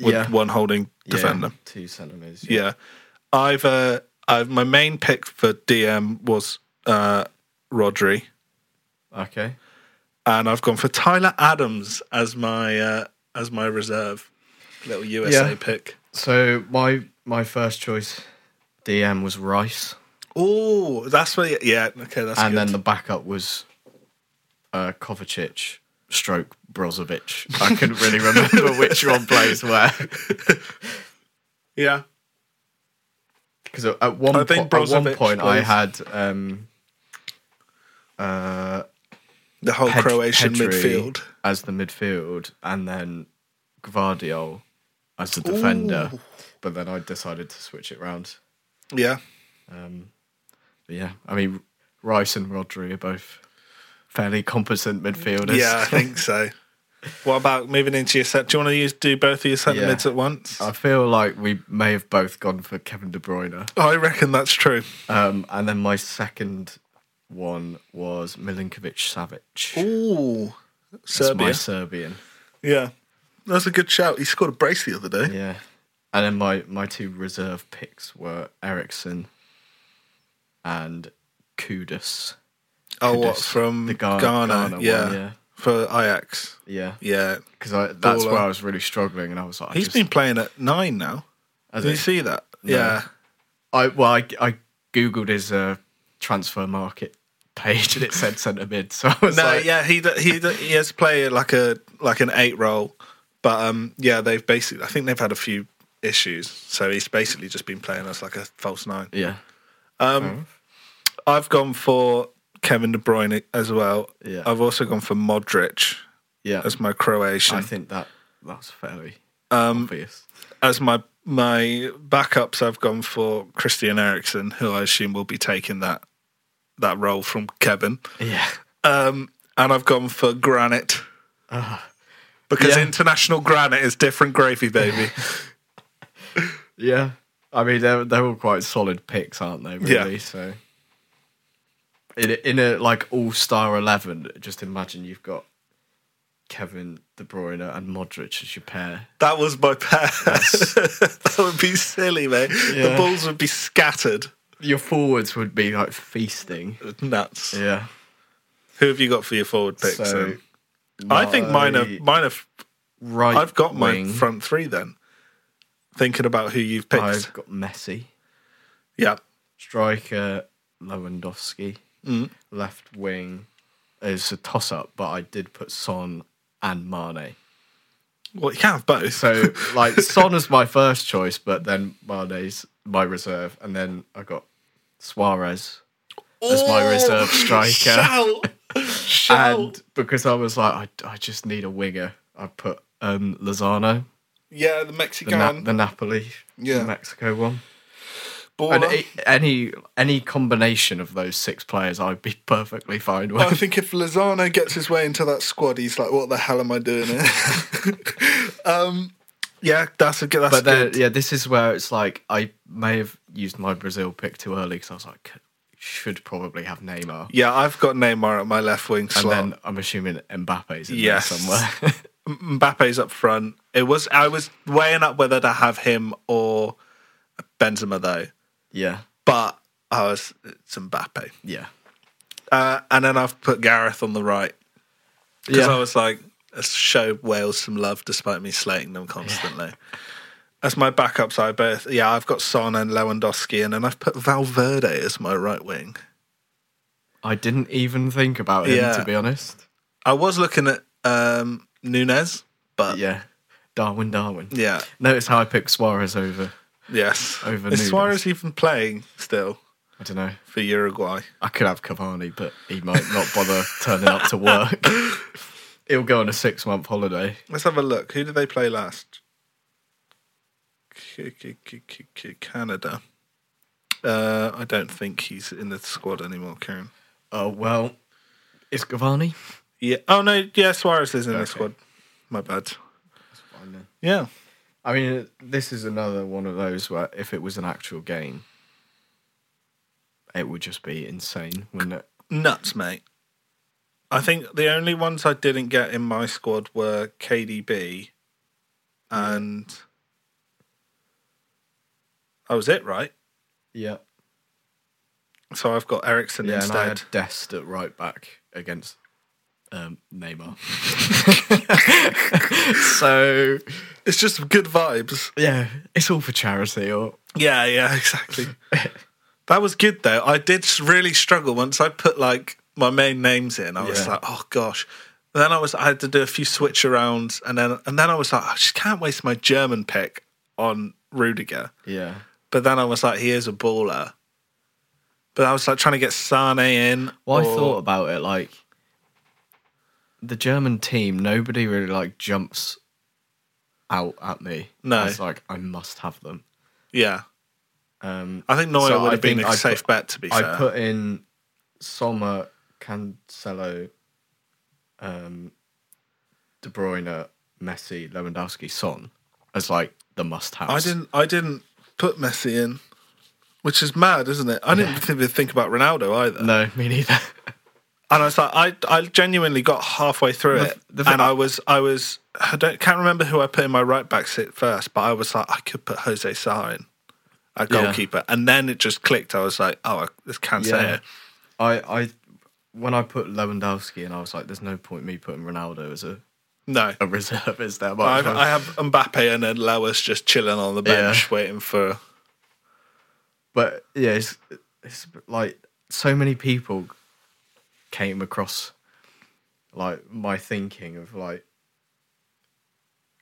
with
Yeah.
one holding
yeah,
defender.
two centimeters.
Yeah, I've uh, I've my main pick for DM was uh, Rodri,
Okay.
and I've gone for Tyler Adams as my uh, as my reserve little USA
Yeah.
pick.
So my my first choice DM was Rice,
Oh, that's where. Yeah, okay, that's
and
good.
then the backup was uh, Kovacic, stroke Brozovic. I couldn't really remember which one plays where
yeah,
because at one
I think
po- at one
Brozovic
point I
plays-
had um, uh,
the whole
Ped-
Croatian
Pedri
midfield.
as the midfield, and then Gvardiol as the defender. But then I decided to switch it round.
Yeah,
But yeah, I mean Rice and Rodri are both fairly competent midfielders.
yeah, I think so. What about moving into your set? Do you want to use do both of your centre
Yeah. Uh,
mids at once?
I feel like we may have both gone for Kevin De Bruyne.
Oh, I reckon that's true.
Um, and then my second one was Milinkovic Savic.
Ooh,
That's
Serbia.
my Serbian.
yeah, that's a good shout. He scored a brace the other day.
Yeah. And then my, my two reserve picks were Ericsson and Kudus.
oh, what
Kudus,
from
the Ga-
Ghana?
Ghana one,
yeah.
yeah.
for Ajax.
Yeah.
Yeah,
Because that's
Baller.
where I was really struggling, and I was like, I
he's
just,
been playing at nine now.
I
Did you
don't-
see that? Yeah,
I well, I, I googled his uh, transfer market page, and it said centre mid. So I was
No,
like,
yeah, he d- he d- he has played like a like an eight role, but um, yeah, they've basically I think they've had a few issues, so he's basically just been playing as like a false nine.
yeah,
I've gone for Kevin De Bruyne as well.
Yeah.
I've also gone for Modric
yeah.
as my Croatian
I think that that's fairly
Um,
obvious.
as my my backups. I've gone for Christian Eriksen, who I assume will be taking that that role from Kevin.
Yeah,
Um, and I've gone for granite. because
Ah. Yeah.
international granite is different gravy, baby.
yeah. I mean, they're they're all quite solid picks, aren't they? Really.
Yeah.
So in a, in a like all star eleven, just imagine you've got Kevin De Bruyne and Modric as your pair.
that was my pair. that would be silly, mate. The
Yeah.
balls would be scattered.
Your forwards would be like feasting.
Nuts.
Yeah.
Who have you got for your forward picks?
So,
then? I think mine are mine are.
Right.
I've got my
wing,
front three then. Thinking about who you've picked.
I've got Messi.
yeah.
striker Lewandowski.
Mm.
Left wing is a toss up, but I did put Son and Mane.
Well, you can have both.
So like Son is my first choice, but then Mane's my reserve, and then I got Suarez as my reserve striker.
Oh, Shout! Shout!
And because I was like, I, I just need a winger, I put um Lozano,
yeah,
the,
the Mexican.
Na- the Napoli,
Yeah.
Mexico one.
baller.
And a- any any combination of those six players, I'd be perfectly fine with.
I think if Lozano gets his way into that squad, he's like, "What the hell am I doing here?" um, yeah, that's a good. That's
but then,
good.
yeah, this is where it's like I may have used my Brazil pick too early because I was like, should probably have Neymar.
Yeah, I've got Neymar at my left wing
And
slot.
then I'm assuming Mbappe's in
Yes.
there somewhere.
Mbappe's up front. It was I was weighing up whether to have him or Benzema though,
Yeah.
but I was it's Mbappe.
Yeah.
Uh, and then I've put Gareth on the right because
Yeah.
I was like, let's show Wales some love despite me slating them constantly. As my backups, I both yeah, I've got Son and Lewandowski, and then I've put Valverde as my right wing.
I didn't even think about him
Yeah.
to be honest.
I was looking at um, Nunez, but yeah,
Yeah. Darwin Darwin.
yeah
Notice how I picked Suarez over.
yes.
Over
Is
Nunez.
Suarez even playing still
I don't know.
for Uruguay?
I could have Cavani, but he might not bother turning up to work. He'll go on a six month holiday.
Let's have a look. Who did they play last? C- C- C- C- C- Canada. Uh, I don't think he's in the squad anymore, Karen.
Oh well, is Cavani?
Yeah. Oh no. Yeah, Suarez is in the
Okay.
squad. My bad. Yeah.
I mean, this is another one of those where if it was an actual game, it would just be insane, wouldn't it?
Nuts, mate. I think the only ones I didn't get in my squad were KDB, and that was it, right?
Yeah.
So I've got Ericsson
Yeah, and I
instead.
had Dest at right back against um, Neymar. so
It's just good vibes.
yeah, it's all for charity, or
Yeah, yeah, exactly. that was good though. I did s- really struggle once I put like my main names in. I was
Yeah.
like, oh gosh. And then I was I had to do a few switch arounds, and then and then I was like, I just can't waste my German pick on Rudiger.
yeah,
But then I was like, he is a baller. But I was like trying to get Sane in.
Well, I
or-
thought about it like the German team. Nobody really like jumps out at me.
No.
it's like I must have them.
yeah,
Um,
I think Neuer
So
would
I
have been
think
a
I
safe
put-
bet to be fair.
I put in Sommer, Cancelo, um, De Bruyne, Messi, Lewandowski, Son as like the must-haves.
I didn't. I didn't put Messi in, which is mad, isn't it? I didn't even think about Ronaldo either.
No, me neither.
And I was like, I, I genuinely got halfway through
The-
it,
the thing-
and I was, I was, I don't, can't remember who I put in my right back seat first, but I was like, I could put Jose Sarr in, a
Yeah.
goalkeeper, and then it just clicked. I was like, oh, I- this can say
Yeah.
it.
I, I, when I put Lewandowski in, I was like, "There's no point me putting Ronaldo as a,
No,
a reserve, is there?" But
I, I have Mbappe and then Lewis just chilling on the bench, waiting for.
but yeah, it's, it's like so many people came across like my thinking of like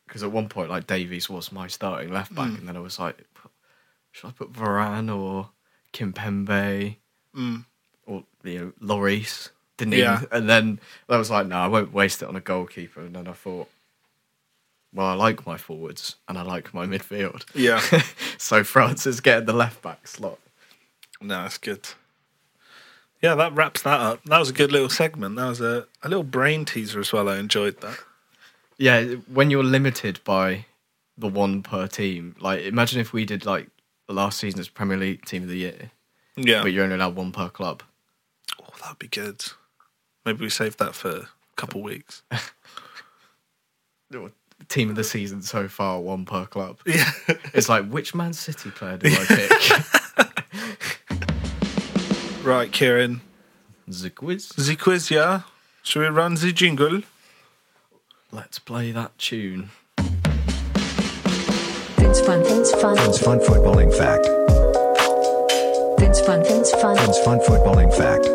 because at one point like Davies was my starting left back, and then I was like, should I put Varane or Kimpembe or you know Loris? Didn't
Yeah.
even, and then I was like, no, I won't waste it on a goalkeeper. And then I thought, well, I like my forwards and I like my midfield.
Yeah,
so France is getting the left back slot.
no, that's good. Yeah, that wraps that up. That was a good little segment. That was a, a little brain teaser as well. I enjoyed that.
Yeah, when you're limited by the one per team, like imagine if we did like last season's Premier League Team of the Year,
Yeah,
but you're only allowed one per club.
Oh, that'd Oh, be good. Maybe we save that for a couple weeks.
Team of the season so far, one per club.
Yeah.
It's like which Man City player do I pick?
right, Kieran.
the quiz.
The quiz, yeah? Should we run the jingle?
Let's play that tune.
That's fun.
It's fun.
It's fun footballing fact.
That's fun.
It's fun.
It's fun footballing fact.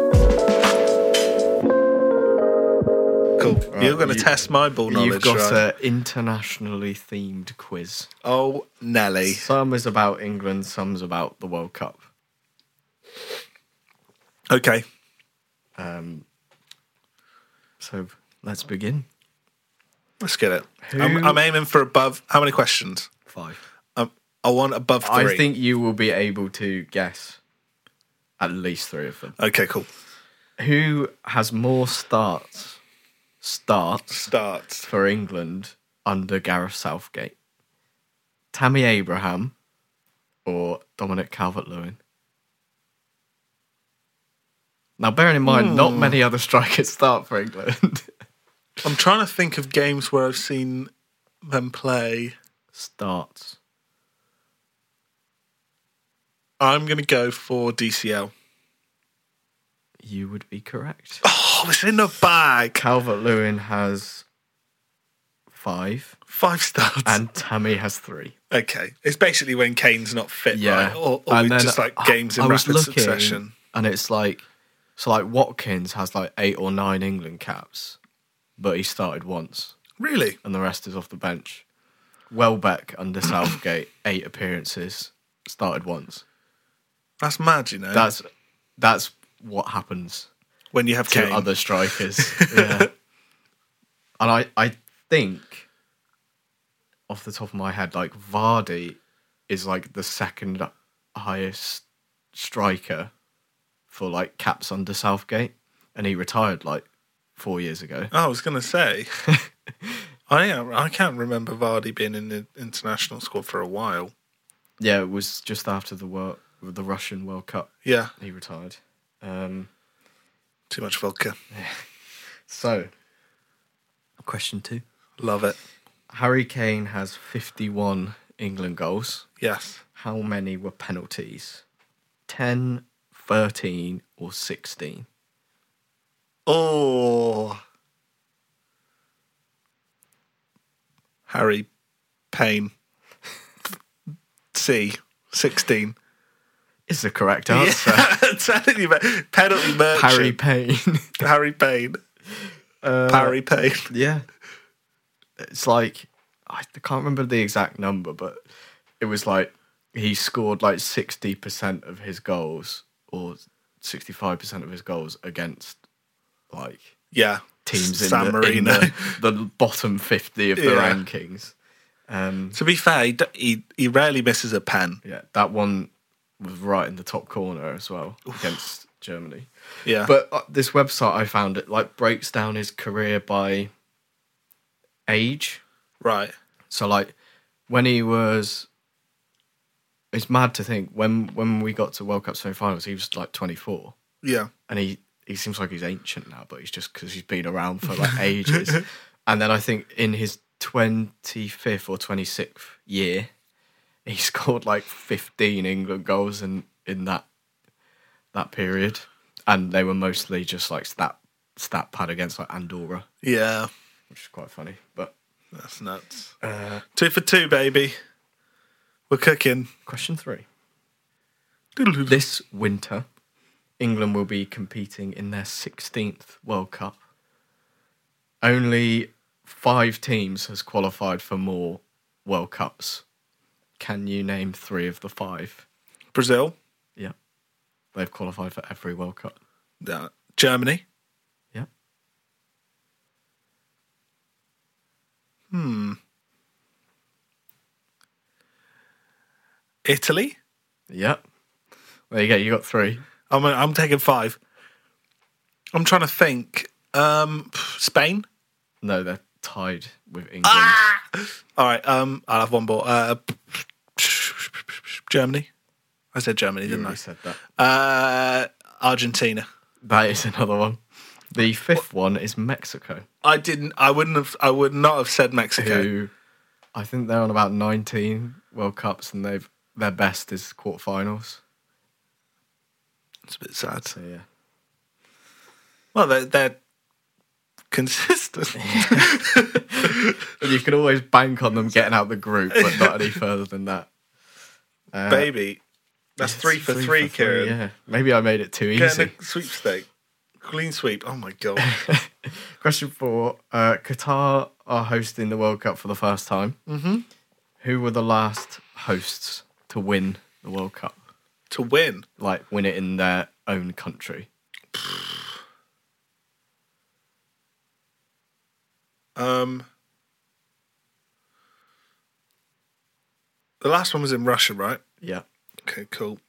Cool. You're going to
you-
test my ball knowledge,
You've got
right?
an internationally themed quiz.
Oh, Nelly.
Some is about England, some's about the World Cup.
Okay.
Um, so let's begin.
Let's get it.
Who-
I'm, I'm aiming for above. How many questions?
Five.
Um, I want above three.
I think you will be able to guess at least three of them.
Okay, cool.
Who has more starts starts
Start.
for England under Gareth Southgate? Tammy Abraham or Dominic Calvert-Lewin? Now, bearing in mind, not many other strikers start for England.
I'm trying to think of games where I've seen then play.
Starts.
I'm going to go for DCL.
You would be correct.
Oh, it's in the bag.
Calvert Lewin has five,
Five stars.
and Tammy has three.
okay, it's basically when Kane's not fit, right? Or, or
And then
just like
I-
games in
I was
rapid
looking,
succession.
And it's like, so like Watkins has like eight or nine England caps, but he started once,
Really?
and the rest is off the bench. Welbeck under Southgate, eight appearances, started once.
That's mad, you know.
That's that's what happens
when you have
to
Kane.
other strikers. yeah. And I, I think off the top of my head, like Vardy is like the second highest striker for like caps under Southgate. And he retired like four years ago.
Oh, I was going to say, I uh, I can't remember Vardy being in the international squad for a while.
Yeah, it was just after the world, the Russian World Cup
Yeah,
he retired. Um,
too much vodka.
so question two.
Love it.
Harry Kane has fifty one England goals.
Yes.
how many were penalties? 10, 13, or 16?
Oh, Harry Payne. C sixteen.
Is the correct answer.
telling you, about penalty merchant.
Harry Uh, Payne.
Harry Payne. Harry Payne.
yeah. It's like, I can't remember the exact number, but it was like he scored like 60% of his goals or 65% of his goals against like
Yeah.
teams in,
San
the, in
Marino.
the, the bottom 50 of the
Yeah.
rankings. Um,
To be fair, he, d- he he rarely misses a pen.
Yeah, that one was right in the top corner as well against Germany.
Yeah.
But uh, this website I found it like breaks down his career by age.
right.
So like when he was it's mad to think when when we got to World Cup semi-finals he was like 24
Yeah.
and he he seems like he's ancient now but he's just cuz he's been around for like ages. and then I think in his 25th or 26th year he scored like 15 England goals in in that that period and they were mostly just like stat stat pad against like Andorra
Yeah.
which is quite funny but
That's nuts.
Uh,
two for two, baby. We're cooking.
question 3 This winter, England will be competing in their 16th World Cup. Only five teams has qualified for more World Cups. Can you name three of the five?
Brazil.
Yeah. They've qualified for every World Cup.
Yeah. uh, Germany.
Yeah.
Italy.
Yeah. There you go, you got three.
I'm I'm taking five. I'm trying to think. Um, Spain.
No, they're tied with England.
All right. Um, I'll have one more. Uh, Germany. I said Germany,
You
didn't
already said that.
I? Uh, Argentina.
That is another one. The fifth one is Mexico,
I didn't. I wouldn't have. I would not have said Mexico.
who I think they're on about 19 World Cups and they've their best is quarterfinals.
It's a bit sad.
So yeah.
Well, they're, they're consistent.
And you can always bank on them getting out the group, but not any further than that. Uh,
Baby, that's
it's
three for three, Kieran.
Yeah. Maybe I made it too
Getting
easy.
a sweepstake. Clean sweep. Oh my god.
Question four uh, Qatar are hosting the World Cup for the first time. Mm-hmm. Who were the last hosts to win the World Cup?
to win.
Like, win it in their own country?
Um, the last one was in Russia, right?
Yeah.
Okay, cool.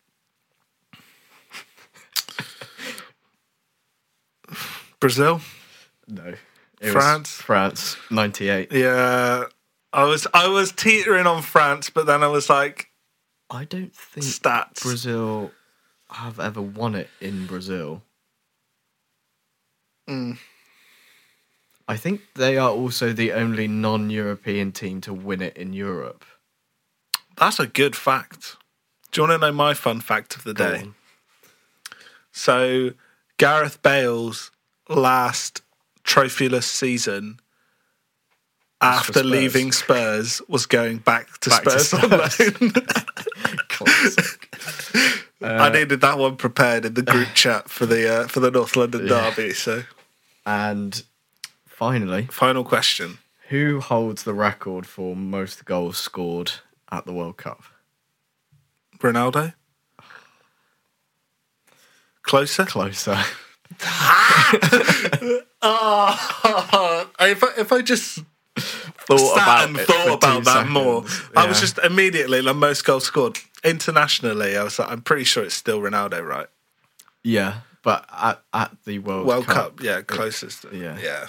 Brazil.
No. It was
France?
France, 98.
Yeah, I was I was teetering on France, but then I was like
I don't think
stats.
Brazil have ever
Mm.
won it in Brazil. I think they are also the only non-European team to win it in Europe.
That's a good fact. Do you want to know my fun fact of the
Go
day?
on.
So, Gareth Bale's last trophyless season
for
after
Spurs.
leaving Spurs was going back to
Back to
Spurs, on loan.
Classic.
I needed that one prepared in the group chat for the uh, for the North London
Yeah.
derby. So,
and finally,
final question.
who holds the record for most goals scored at the World Cup?
Ronaldo? Closer?
Closer.
if, I, if I just
thought
sat and
it
thought
for
about
two
that
seconds.
more, I was
Yeah.
just immediately, like, most goals scored internationally, I was like, I'm pretty sure it's still Ronaldo, right?
yeah, but at, at the World,
World Cup, yeah, closest.
yeah.
Yeah.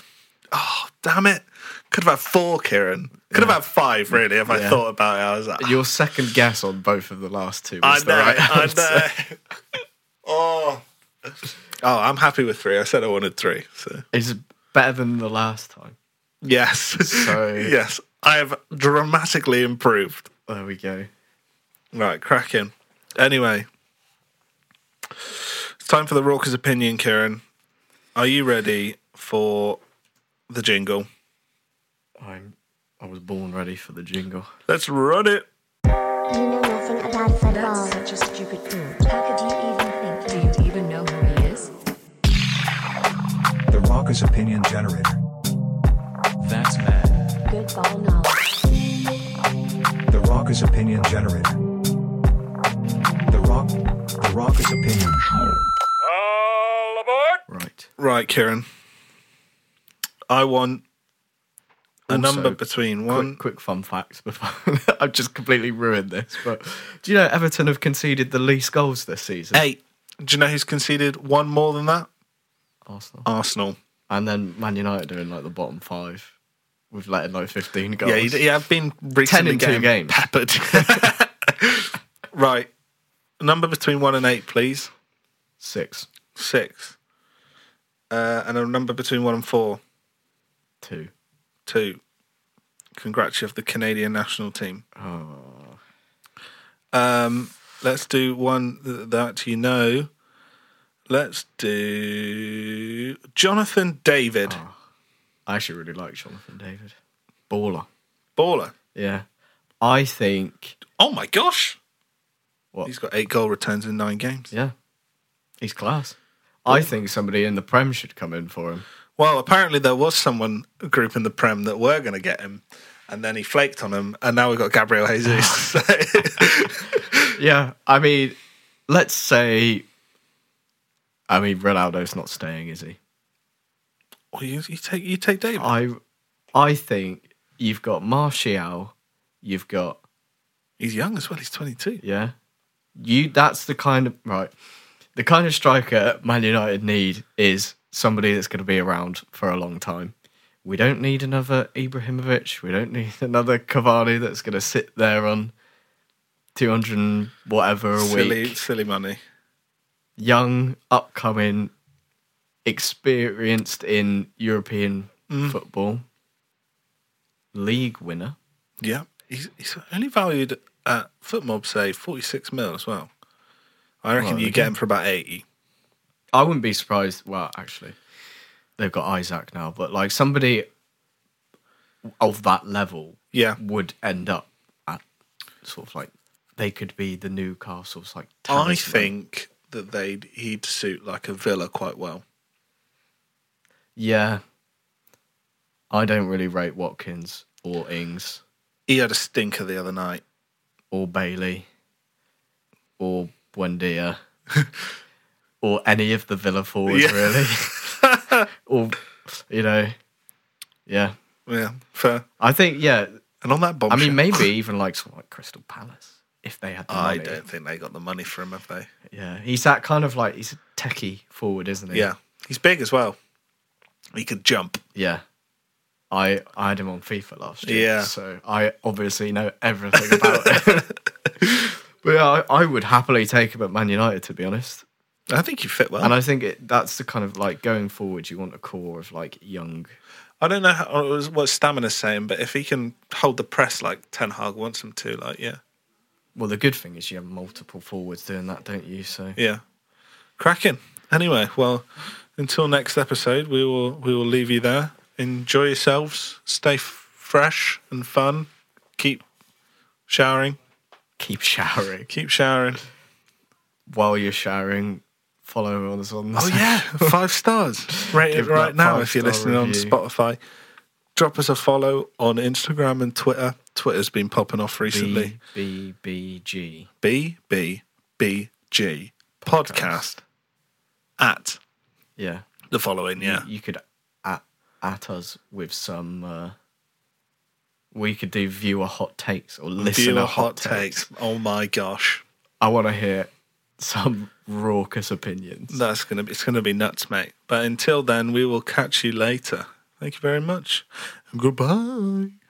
Oh, damn it. Could have had four, Kieran. Could have had five, really, if I
Yeah.
thought about it. I was like,
Your second guess on both of the last two
I
was
know,
the right
I
answer.
know. oh. Oh, I'm happy with three. I said I wanted three. So
It's better than the last time.
yes,
So-
yes, I have dramatically improved.
There we go.
Right, cracking. Anyway, it's time for the Raucous opinion, Kieran. Are you ready for the jingle?
I'm. I was born ready for the jingle.
Let's run it.
You know nothing about football.
That's such a stupid fool. How could you even think? Do you even know who he is?
The Raucous Opinion Generator.
That's mad.
Good ball knowledge.
The Raucous Opinion Generator. The Rock. The Raucous Opinion.
Right.
Right, Kieran. I want a
Also,
number between one.
Quick, quick fun fact before I've just completely ruined this. But do you know Everton have conceded the least goals this season?
Eight. Do you know who's conceded one more than that?
Arsenal.
Arsenal.
And then Man United are in like the bottom five. We've let in like 15 goals.
Yeah, you, yeah, I've been recently
in two
getting
games.
peppered. right, number between one and eight, please.
Six,
Six, uh, and a number between one and four,
two.
two. Congrats, you have the Canadian national team.
Oh.
Um, let's do one th- that you know. Let's do Jonathan David,
Oh. I actually really like Jonathan David. Baller.
baller.
Yeah. I think.
Oh my gosh!
What?
He's got eight goal returns in nine games.
Yeah. He's class. I think somebody in the Prem should come in for him.
Well, apparently there was someone a group in the Prem that were going to get him, and then he flaked on him, and now we've got Gabriel Jesus.
Yeah. I mean, let's say. I mean, Ronaldo's not staying, is he?
well, you, you take you take David.
I, I think you've got Martial, you've got
He's young as well. He's twenty two.
yeah, you. That's the kind of right, the kind of striker Man United need is somebody that's going to be around for a long time. We don't need another Ibrahimovic. We don't need another Cavani that's going to sit there on two hundred and whatever a
Silly,
week.
silly money.
Young, upcoming, experienced in European
Mm.
football, league winner.
Yeah, he's, he's only valued at Footmob say forty six mil as well. I reckon
Well,
you
okay.
get him for about eighty.
I wouldn't be surprised. Well, actually, they've got Isaac now, but like somebody of that level,
Yeah.
would end up at sort of like they could be the Newcastle's like.
I
talisman.
think that they would he'd suit like a Villa quite well.
yeah. I don't really rate Watkins or Ings
He had a stinker the other night.
or Bailey or Buendia or any of the Villa forwards
Yeah.
really, or you know, yeah.
Yeah, fair.
I think yeah.
And on that
I
bombshell,
mean, maybe even like someone like Crystal Palace if they had the
I
money.
don't think they got the money for him, have they?
Yeah, he's that kind of like he's a techie forward, isn't he?
Yeah, he's big as well. He could jump.
yeah. I I had him on FIFA last year,
Yeah.
so I obviously know everything about it. but yeah, I, I would happily take him at Man United to be honest,
I think you fit well.
and I think it, that's the kind of like going forward you want a core of like young,
I don't know how, it was what Stamina's saying, but if he can hold the press like Ten Hag wants him to, like, yeah.
Well, the good thing is you have multiple forwards doing that, don't you? So
Yeah. Cracking. Anyway, well, until next episode, we will we will leave you there. Enjoy yourselves. Stay f- fresh and fun. Keep showering.
keep showering.
Keep showering.
While you're showering, follow us on.
Oh yeah, five stars. Rate it
Give that
right now if you're
five-star
listening
review.
on Spotify. Drop us a follow on Instagram and Twitter. Twitter's been popping off recently.
B B B G.
B B B G podcast at
Yeah.
the following. Yeah,
You could at, at us with some. Uh, we could do viewer hot takes or listener
Viewer
hot takes.
Oh my gosh,
I want to hear some raucous opinions.
that's gonna be it's gonna be nuts, mate. But until then, we will catch you later. Thank you very much. Goodbye.